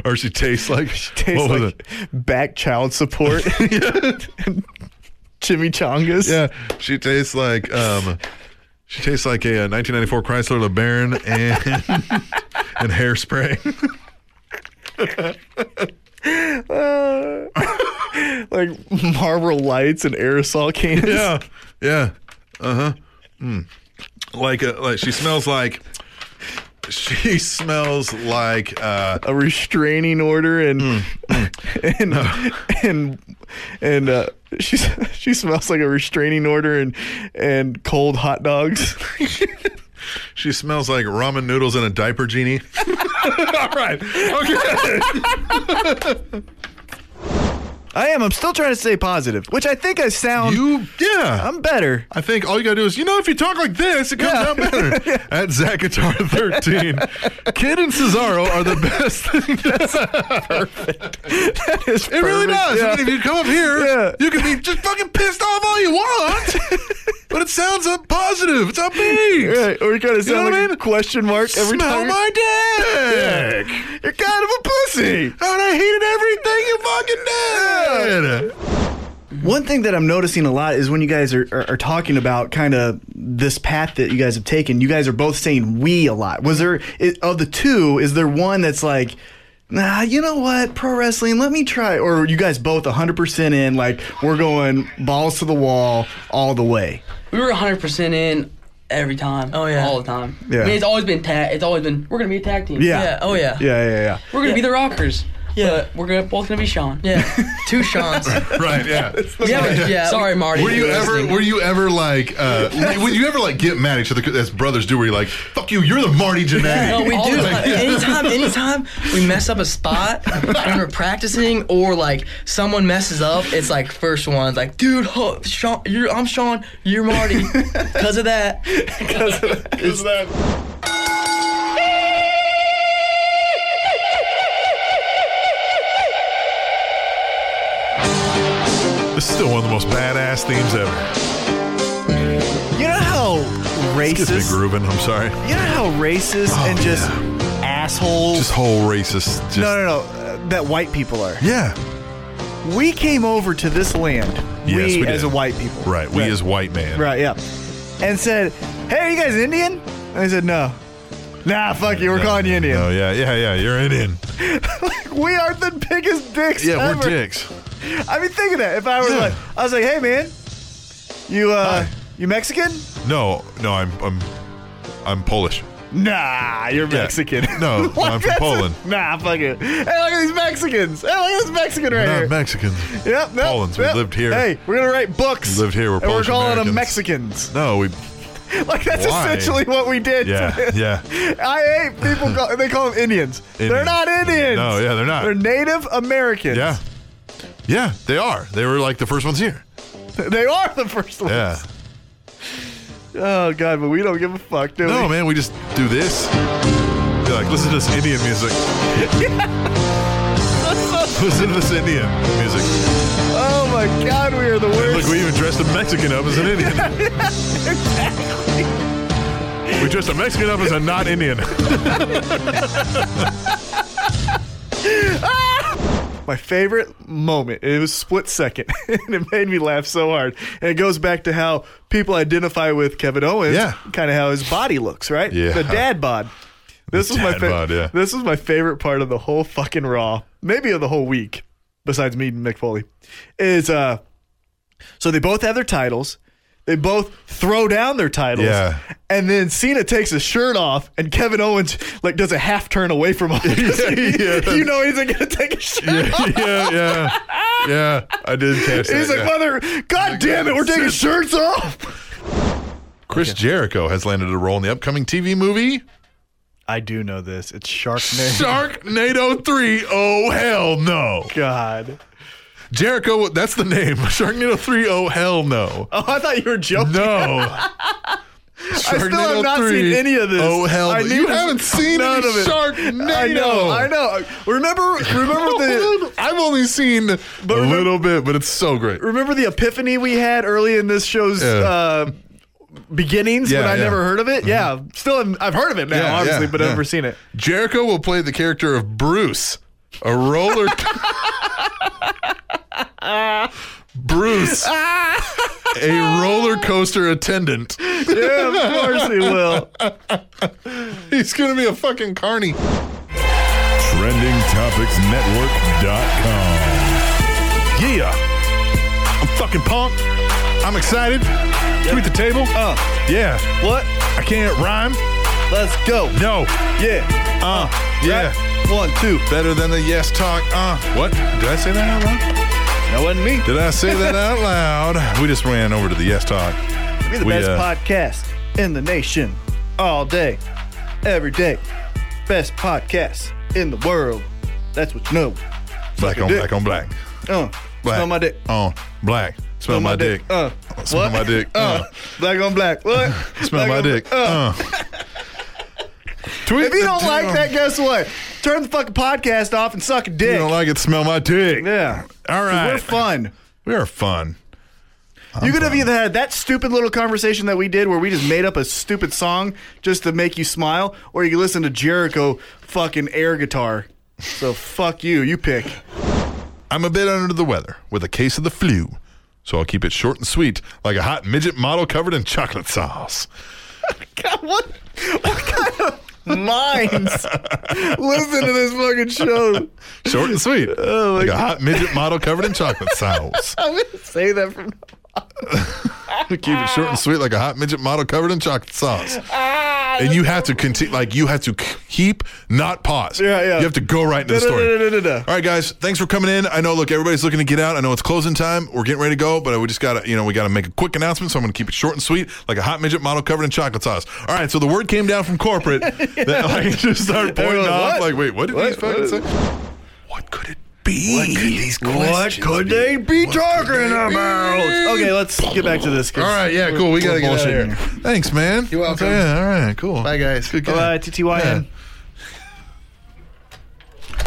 [SPEAKER 2] or she tastes like.
[SPEAKER 10] tastes
[SPEAKER 2] what was
[SPEAKER 10] like
[SPEAKER 2] it?
[SPEAKER 10] back child
[SPEAKER 3] [laughs]
[SPEAKER 10] support. Chimichangas.
[SPEAKER 2] Yeah, she tastes like um, she tastes like a, uh 1994 Chrysler LeBaron and [laughs] and hairspray. [laughs]
[SPEAKER 10] like Marlboro lights and aerosol cans.
[SPEAKER 2] yeah, uh-huh, hmm. yeah, uh huh. Like a, like she smells like she smells like uh,
[SPEAKER 3] a restraining order and [laughs] and, and and uh, she [laughs] she smells like a restraining order and and cold hot dogs.
[SPEAKER 2] she smells like ramen noodles and a diaper genie. [laughs] All right, okay.
[SPEAKER 3] [laughs] I am. I'm still trying to stay positive, which I think I sound.
[SPEAKER 2] You, yeah.
[SPEAKER 3] Um, I'm better.
[SPEAKER 2] I think all you gotta do is, you know, if you talk like this, it comes out better.
[SPEAKER 3] [laughs]
[SPEAKER 2] At Zachatar thirteen, Kid and Cesaro are the best. [laughs] thing [laughs]
[SPEAKER 3] That is
[SPEAKER 2] It really
[SPEAKER 3] perfect.
[SPEAKER 2] does. I mean, if you come up here,
[SPEAKER 3] Yeah.
[SPEAKER 2] you can be just fucking pissed off all you
[SPEAKER 3] [laughs]
[SPEAKER 2] want, but it sounds up positive. It's upbeat.
[SPEAKER 3] Yeah. Right, or you kind of
[SPEAKER 2] You know
[SPEAKER 3] sound
[SPEAKER 2] what I
[SPEAKER 3] like
[SPEAKER 2] mean?
[SPEAKER 3] a question mark every
[SPEAKER 2] Smell
[SPEAKER 3] time.
[SPEAKER 2] my
[SPEAKER 3] [laughs]
[SPEAKER 2] dick.
[SPEAKER 3] You're kind of a pussy.
[SPEAKER 2] And I hated everything you fucking did.
[SPEAKER 3] One thing that I'm noticing a lot is when you guys are, are, are talking about kind of this path that you guys have taken, you guys are both saying we a lot. Was there, i of the two, is there one that's like, nah, you know what, pro wrestling, let me try? Or are you guys both 100% in, like, we're going balls to the wall all the way?
[SPEAKER 11] we were 100% in every time. Oh yeah, all the time.
[SPEAKER 3] Yeah.
[SPEAKER 11] I mean, it's always been tag. It's always been we're gonna be a tag team.
[SPEAKER 3] Yeah. Yeah, oh,
[SPEAKER 11] yeah.
[SPEAKER 3] Yeah, yeah, yeah.
[SPEAKER 11] We're gonna be the Rockers. Yeah. But we're gonna both gonna be Sean. [laughs] Yeah. Two Seans.
[SPEAKER 2] Right?
[SPEAKER 3] [laughs]
[SPEAKER 2] Yeah.
[SPEAKER 11] [laughs] yeah, Sorry, Marty.
[SPEAKER 2] Were you ever? Were you ever like? Uh, would you ever like get mad at each other as brothers do? Where you're like, "Fuck you, you're the
[SPEAKER 3] [laughs]
[SPEAKER 2] Marty Jannetty."
[SPEAKER 11] No, we
[SPEAKER 2] All
[SPEAKER 11] do.
[SPEAKER 2] the time.
[SPEAKER 11] Like, anytime, anytime we mess up a spot [laughs] and we're practicing, or like someone messes up, it's like first one's like, dude, ho, Sean, you're, I'm Sean,
[SPEAKER 2] [laughs]
[SPEAKER 11] you're Marty. Because of that,
[SPEAKER 2] This is still one of the most badass themes ever.
[SPEAKER 3] You know how
[SPEAKER 2] Gets me
[SPEAKER 3] racist,
[SPEAKER 2] grooving. I'm sorry.
[SPEAKER 3] you know how racist
[SPEAKER 2] Oh,
[SPEAKER 3] and just assholes,
[SPEAKER 2] Just whole racist. Just,
[SPEAKER 3] no, no, no, uh, that white people are.
[SPEAKER 2] Yeah.
[SPEAKER 3] We came over to this land,
[SPEAKER 2] Yes, we
[SPEAKER 3] as
[SPEAKER 2] did.
[SPEAKER 3] a white people.
[SPEAKER 2] Right. We
[SPEAKER 3] Right.
[SPEAKER 2] as white man.
[SPEAKER 3] Right, yeah. And said, Hey, are you guys Indian? And I said, No. Nah, fuck you, we're calling you Indian.
[SPEAKER 2] Oh
[SPEAKER 3] [laughs]
[SPEAKER 2] yeah, yeah, yeah. You're Indian.
[SPEAKER 3] We are the biggest dicks
[SPEAKER 2] Yeah,
[SPEAKER 3] ever.
[SPEAKER 2] we're dicks.
[SPEAKER 3] I mean think of that. If I were
[SPEAKER 2] Yeah.
[SPEAKER 3] like I was like, hey man, you uh
[SPEAKER 2] Hi.
[SPEAKER 3] you Mexican?
[SPEAKER 2] No, no, I'm, I'm, I'm Polish.
[SPEAKER 3] Nah, you're
[SPEAKER 2] Yeah.
[SPEAKER 3] Mexican.
[SPEAKER 2] No,
[SPEAKER 3] [laughs]
[SPEAKER 2] I'm from
[SPEAKER 3] that's a-
[SPEAKER 2] Poland.
[SPEAKER 3] nah, fuck it. Hey, look at these Mexicans. Hey, look at this Mexican
[SPEAKER 2] We're
[SPEAKER 3] right
[SPEAKER 2] not
[SPEAKER 3] here.
[SPEAKER 2] Mexicans.
[SPEAKER 3] yep, no,
[SPEAKER 2] Poland's. We
[SPEAKER 3] yep.
[SPEAKER 2] lived here.
[SPEAKER 3] Hey, we're gonna write books.
[SPEAKER 2] We lived here. We're
[SPEAKER 3] and we're
[SPEAKER 2] Polish
[SPEAKER 3] calling them
[SPEAKER 2] Americans.
[SPEAKER 3] Mexicans. [laughs]
[SPEAKER 2] No, we.
[SPEAKER 3] Like that's
[SPEAKER 2] Why?
[SPEAKER 3] essentially what we did.
[SPEAKER 2] Yeah,
[SPEAKER 3] [laughs] to them.
[SPEAKER 2] yeah.
[SPEAKER 3] I hate people. Call, they call them Indians. They're
[SPEAKER 2] Indians.
[SPEAKER 3] not Indians.
[SPEAKER 2] No, yeah, they're not.
[SPEAKER 3] They're Native Americans.
[SPEAKER 2] Yeah, yeah. They are. They were like the first ones here.
[SPEAKER 3] [laughs] They are the first ones.
[SPEAKER 2] Yeah.
[SPEAKER 3] Oh god, but we don't give a fuck, do
[SPEAKER 2] No,
[SPEAKER 3] we?
[SPEAKER 2] man. We just do this. Be like, listen to this Indian music. [laughs] listen to this Indian music.
[SPEAKER 3] [laughs] Oh my god, we are the
[SPEAKER 2] Look,
[SPEAKER 3] worst.
[SPEAKER 2] we even dressed a Mexican up as an
[SPEAKER 3] [laughs]
[SPEAKER 2] Indian. We dressed a Mexican up as a not Indian. [laughs]
[SPEAKER 3] my favorite moment. It was split second, [laughs] and it made me laugh so hard. And it goes back to how people identify with Kevin Owens.
[SPEAKER 2] Yeah.
[SPEAKER 3] kind of how his body looks, right?
[SPEAKER 2] Yeah.
[SPEAKER 3] the dad bod. This
[SPEAKER 2] The
[SPEAKER 3] was my
[SPEAKER 2] dad
[SPEAKER 3] favorite.
[SPEAKER 2] bod, yeah.
[SPEAKER 3] This was my favorite part of the whole fucking Raw, maybe of the whole week, besides meeting Mick Foley. Is uh, so they both have their titles. They both throw down their titles.
[SPEAKER 2] Yeah.
[SPEAKER 3] And then Cena takes his shirt off, and Kevin Owens like does a half turn
[SPEAKER 2] [laughs]
[SPEAKER 3] away from him.
[SPEAKER 2] Yeah.
[SPEAKER 3] [laughs] You know he's not gonna take his shirt
[SPEAKER 2] yeah, yeah, yeah, yeah. I did catch that.
[SPEAKER 3] He's like,
[SPEAKER 2] yeah.
[SPEAKER 3] mother, god damn it, we're taking shirts off.
[SPEAKER 2] Chris Jericho has landed a role in the upcoming TV movie
[SPEAKER 3] I do know this. It's Sharknado.
[SPEAKER 2] Sharknado 3. Oh, hell no.
[SPEAKER 3] [laughs] god.
[SPEAKER 2] Jericho, that's the name. [laughs] Sharknado 3. Oh, hell no.
[SPEAKER 3] Oh, I thought you were joking.
[SPEAKER 2] No.
[SPEAKER 3] [laughs] I still have not seen any of this.
[SPEAKER 2] Oh, hell
[SPEAKER 3] I
[SPEAKER 2] no.
[SPEAKER 3] need
[SPEAKER 2] You
[SPEAKER 3] to-
[SPEAKER 2] haven't seen
[SPEAKER 3] none
[SPEAKER 2] any
[SPEAKER 3] of it.
[SPEAKER 2] Sharknado.
[SPEAKER 3] I know. I know. Remember, remember [laughs] the.
[SPEAKER 2] I've only seen a
[SPEAKER 3] remember-
[SPEAKER 2] little bit, but it's so great.
[SPEAKER 3] Remember the epiphany we had early in this show's
[SPEAKER 2] Yeah.
[SPEAKER 3] uh, beginnings
[SPEAKER 2] Yeah,
[SPEAKER 3] when I
[SPEAKER 2] yeah.
[SPEAKER 3] never heard of it? Yeah, Mm-hmm. still haven't- I've heard of it now,
[SPEAKER 2] Yeah,
[SPEAKER 3] obviously,
[SPEAKER 2] yeah,
[SPEAKER 3] but
[SPEAKER 2] yeah.
[SPEAKER 3] I've never seen it.
[SPEAKER 2] Jericho will play the character of Bruce, a
[SPEAKER 3] [laughs]
[SPEAKER 2] roller. Bruce, a roller coaster attendant.
[SPEAKER 3] Yeah, of course he will. [laughs]
[SPEAKER 2] He's gonna be a fucking carny.
[SPEAKER 1] TrendingTopicsNetwork.com.
[SPEAKER 2] Yeah, I'm fucking pumped. I'm excited. Tweet the table. Uh, yeah. What? I can't rhyme.
[SPEAKER 3] Let's go.
[SPEAKER 2] No.
[SPEAKER 3] Yeah.
[SPEAKER 2] Uh. Yeah.
[SPEAKER 3] One, two.
[SPEAKER 2] Better than the yes talk. Uh. What? Did I say that out loud?
[SPEAKER 3] That wasn't me.
[SPEAKER 2] Did I say that out
[SPEAKER 3] [laughs]
[SPEAKER 2] loud? We just ran over to the yes talk.
[SPEAKER 3] Be the
[SPEAKER 2] We,
[SPEAKER 3] best
[SPEAKER 2] uh,
[SPEAKER 3] podcast in the nation. All day. Every day. Best podcast in the world. That's what you know.
[SPEAKER 2] Black on
[SPEAKER 3] dick.
[SPEAKER 2] black on black.
[SPEAKER 3] Uh,
[SPEAKER 2] Black
[SPEAKER 3] smell my dick.
[SPEAKER 2] On black. Smell, my, dick.
[SPEAKER 3] Uh,
[SPEAKER 2] Smell
[SPEAKER 3] what?
[SPEAKER 2] my dick.
[SPEAKER 3] Uh,
[SPEAKER 2] Uh.
[SPEAKER 3] black on black. What?
[SPEAKER 2] [laughs] Smell
[SPEAKER 3] [laughs] Black
[SPEAKER 2] my
[SPEAKER 3] on
[SPEAKER 2] dick.
[SPEAKER 3] black. Uh.
[SPEAKER 2] Uh. Tweet
[SPEAKER 3] If you
[SPEAKER 2] the
[SPEAKER 3] don't
[SPEAKER 2] d-
[SPEAKER 3] like
[SPEAKER 2] uh,
[SPEAKER 3] that, guess what? Turn the fucking podcast off and suck a
[SPEAKER 2] you
[SPEAKER 3] dick.
[SPEAKER 2] don't like it, smell my dick.
[SPEAKER 3] yeah.
[SPEAKER 2] All right.
[SPEAKER 3] We're fun.
[SPEAKER 2] We are fun.
[SPEAKER 3] you could have either had that stupid little conversation that we did where we just made up a stupid song just to make you smile, or you could listen to Jericho fucking air guitar. So fuck you. You pick.
[SPEAKER 2] I'm a bit under the weather with a case of the flu, so I'll keep it short and sweet, like a hot midget model covered in chocolate sauce.
[SPEAKER 3] what? What kind of minds listen to this fucking show?
[SPEAKER 2] Short and sweet.
[SPEAKER 3] [laughs] Oh, my
[SPEAKER 2] like a hot midget model covered in
[SPEAKER 3] [laughs]
[SPEAKER 2] chocolate sauce.
[SPEAKER 3] I'm gonna say that from.
[SPEAKER 2] keep it short and sweet, like a hot midget model covered in chocolate
[SPEAKER 3] [laughs]
[SPEAKER 2] sauce.
[SPEAKER 3] Ah,
[SPEAKER 2] And you have to continue, like you have to k- keep, not pause.
[SPEAKER 3] Yeah, yeah.
[SPEAKER 2] You have to go right into the story.
[SPEAKER 3] Da-da-da-da-da-da.
[SPEAKER 2] All right, guys. Thanks for coming in. I know. Look, everybody's looking to get out. I know it's closing time. We're getting ready to go, but we just gotta, you know, we gotta make a quick announcement. So I'm gonna keep it short and sweet, like a hot midget model covered in chocolate sauce. All right. So the word came down from
[SPEAKER 3] [laughs]
[SPEAKER 2] corporate that like [laughs] just started pointing
[SPEAKER 3] Everyone,
[SPEAKER 2] off.
[SPEAKER 3] what?
[SPEAKER 2] Like, wait, what did
[SPEAKER 3] What?
[SPEAKER 2] these fucking
[SPEAKER 3] What?
[SPEAKER 2] say? What could it be? What could these
[SPEAKER 3] What could they be talking about? Okay, let's get back to this.
[SPEAKER 2] All right, yeah, cool. We gotta get out of here. Thanks, man. You're
[SPEAKER 9] welcome.
[SPEAKER 2] Yeah, all right, cool.
[SPEAKER 9] Bye, guys.
[SPEAKER 2] Good guy.
[SPEAKER 3] Bye, TTYN.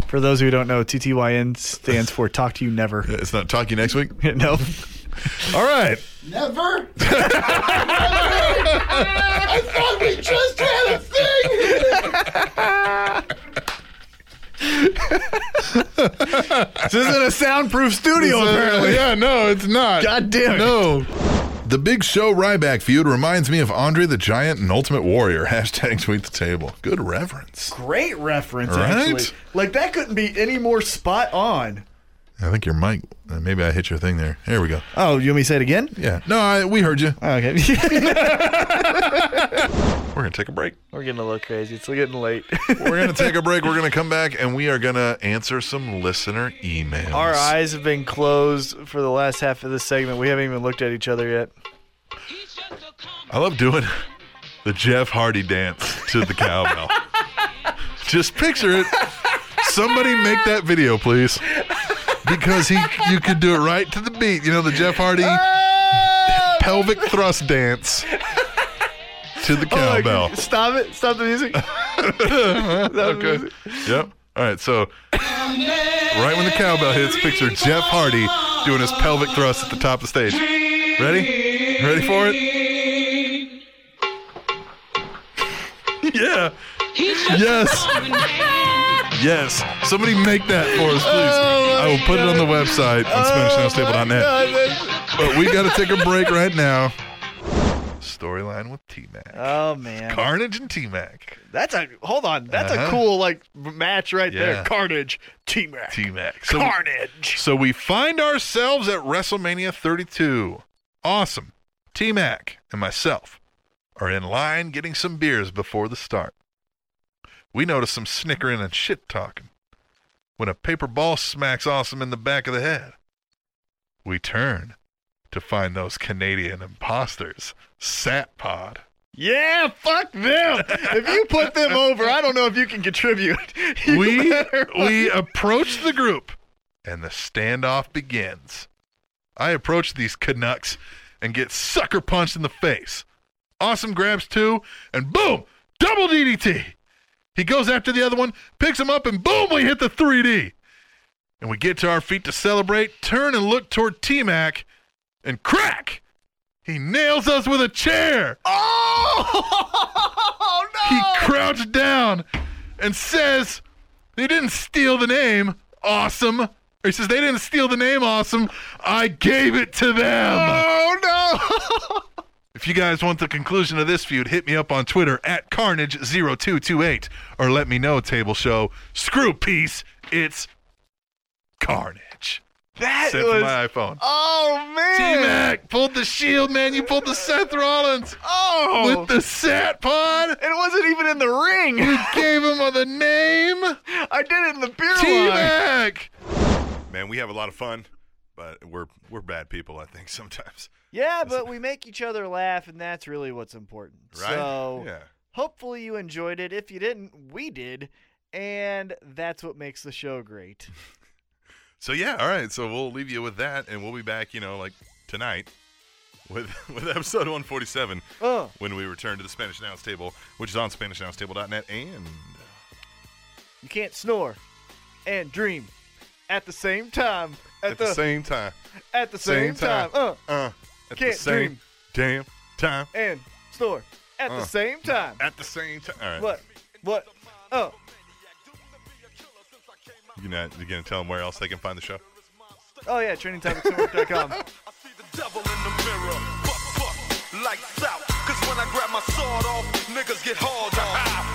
[SPEAKER 3] For those who don't know, TTYN stands for Talk to You Never.
[SPEAKER 2] It's not talking next week.
[SPEAKER 3] [laughs] no.
[SPEAKER 2] All right.
[SPEAKER 9] Never. I thought we just had a thing.
[SPEAKER 3] This isn't a soundproof studio,
[SPEAKER 2] Oh,
[SPEAKER 3] [laughs] apparently.
[SPEAKER 2] yeah, no, it's not.
[SPEAKER 3] God damn it.
[SPEAKER 2] No. The Big Show Ryback feud reminds me of Andre the Giant and Ultimate Warrior. [laughs] Hashtag tweet the table. Good reverence.
[SPEAKER 3] Great reference,
[SPEAKER 2] Right?
[SPEAKER 3] actually. Like, that couldn't be any more spot on.
[SPEAKER 2] I think your mic. uh, Maybe I hit your thing there. There we go.
[SPEAKER 3] Oh, you want me to say it again? Oh,
[SPEAKER 2] Yeah. No, I, we heard you.
[SPEAKER 3] [laughs] Okay.
[SPEAKER 2] We're gonna take a break.
[SPEAKER 3] We're getting a little crazy. It's getting [laughs] late.
[SPEAKER 2] We're gonna [laughs] take a break. We're gonna come back and we are gonna answer some listener emails.
[SPEAKER 3] Our eyes have been closed for the last half of this segment. We haven't even looked at each other yet.
[SPEAKER 2] I love doing the Jeff Hardy dance to the cowbell. Just picture it. Somebody make that video, please. Because he you could do it right to the beat. You know, the Jeff Hardy pelvic thrust dance to the
[SPEAKER 3] [laughs] Oh, like,
[SPEAKER 2] cowbell.
[SPEAKER 3] Stop it. Stop the [laughs] music.
[SPEAKER 2] okay. Yep. All right, so right when the cowbell hits, picture Jeff Hardy doing his pelvic thrust at the top of the stage. Ready? Ready for it? yeah. Yes. Yes. Somebody make that for us, please.
[SPEAKER 3] Oh
[SPEAKER 2] I will put it on the website on SpanishNowStable.net.
[SPEAKER 3] Oh,
[SPEAKER 2] But we got to take a break right now. Storyline with T Mac.
[SPEAKER 3] Oh, man.
[SPEAKER 2] Carnage and T Mac.
[SPEAKER 3] That's a hold on. That's
[SPEAKER 2] Uh-huh.
[SPEAKER 3] a cool like match right
[SPEAKER 2] Yeah.
[SPEAKER 3] there. Carnage, T Mac,
[SPEAKER 2] T Mac.
[SPEAKER 3] Carnage.
[SPEAKER 2] So we find ourselves at WrestleMania 32. Awesome. T Mac and myself are in line getting some beers before the start. We notice some snickering and shit talking when a paper ball smacks Awesome in the back of the head. We turn to find those Canadian imposters, Sat Pod.
[SPEAKER 3] Yeah, fuck them. if you put [laughs] them over, I don't know if you can contribute. [laughs] You
[SPEAKER 2] we
[SPEAKER 3] better-
[SPEAKER 2] we approach the group and the standoff begins. I approach these Canucks and get sucker punched in the face. Awesome grabs two and boom, double DDT. He goes after the other one, picks him up, and boom, we hit the 3D. And we get to our feet to celebrate, turn and look toward T Mac, and crack! He nails us with a chair!
[SPEAKER 3] Oh
[SPEAKER 2] He crouched down and says, They didn't steal the name, awesome. Or he says, They didn't steal the name, awesome. I gave it to them. Oh, no. if you guys want the conclusion of this feud, hit me up on Twitter at Carnage0228 or let me know, Table Show. Screw peace. It's Carnage.
[SPEAKER 1] That
[SPEAKER 2] Sent
[SPEAKER 1] was.
[SPEAKER 2] from my iPhone.
[SPEAKER 1] Oh man.
[SPEAKER 2] T Mac pulled the shield, man. You pulled the Seth Rollins
[SPEAKER 1] Oh.
[SPEAKER 2] with the Sat Pod.
[SPEAKER 1] it wasn't even in the ring.
[SPEAKER 2] Gave him on the name.
[SPEAKER 1] I did it in the beer
[SPEAKER 2] T
[SPEAKER 1] line.
[SPEAKER 2] Mac. Man, we have a lot of fun, but we're we're bad people, I think, [laughs] sometimes.
[SPEAKER 3] Yeah, but we make each other laugh, and that's really what's important.
[SPEAKER 2] Right?
[SPEAKER 3] So
[SPEAKER 2] yeah.
[SPEAKER 3] hopefully you enjoyed it. If you didn't, we did. And that's what makes the show great.
[SPEAKER 2] So yeah, all right. So we'll leave you with that, and we'll be back, you know, like tonight with [laughs] with episode 147
[SPEAKER 3] Uh,
[SPEAKER 2] when we return to the Spanish Announce Table, which is on SpanishAnnounceTable.net and
[SPEAKER 3] you can't snore and dream at the same time. At,
[SPEAKER 2] at the, same time.
[SPEAKER 3] at the same, time. Uh,
[SPEAKER 2] Uh, at
[SPEAKER 3] Can't
[SPEAKER 2] the same
[SPEAKER 3] dream.
[SPEAKER 2] damn time.
[SPEAKER 3] and snore at
[SPEAKER 2] Uh.
[SPEAKER 3] the same time.
[SPEAKER 2] At the same time. All right.
[SPEAKER 3] What? What? Oh,
[SPEAKER 2] You're not you're gonna tell them where else they can find the show.
[SPEAKER 3] oh yeah, trainingtopicsnore.com.
[SPEAKER 12] Lights out, cause when I grab my sword off, niggas get hauled off.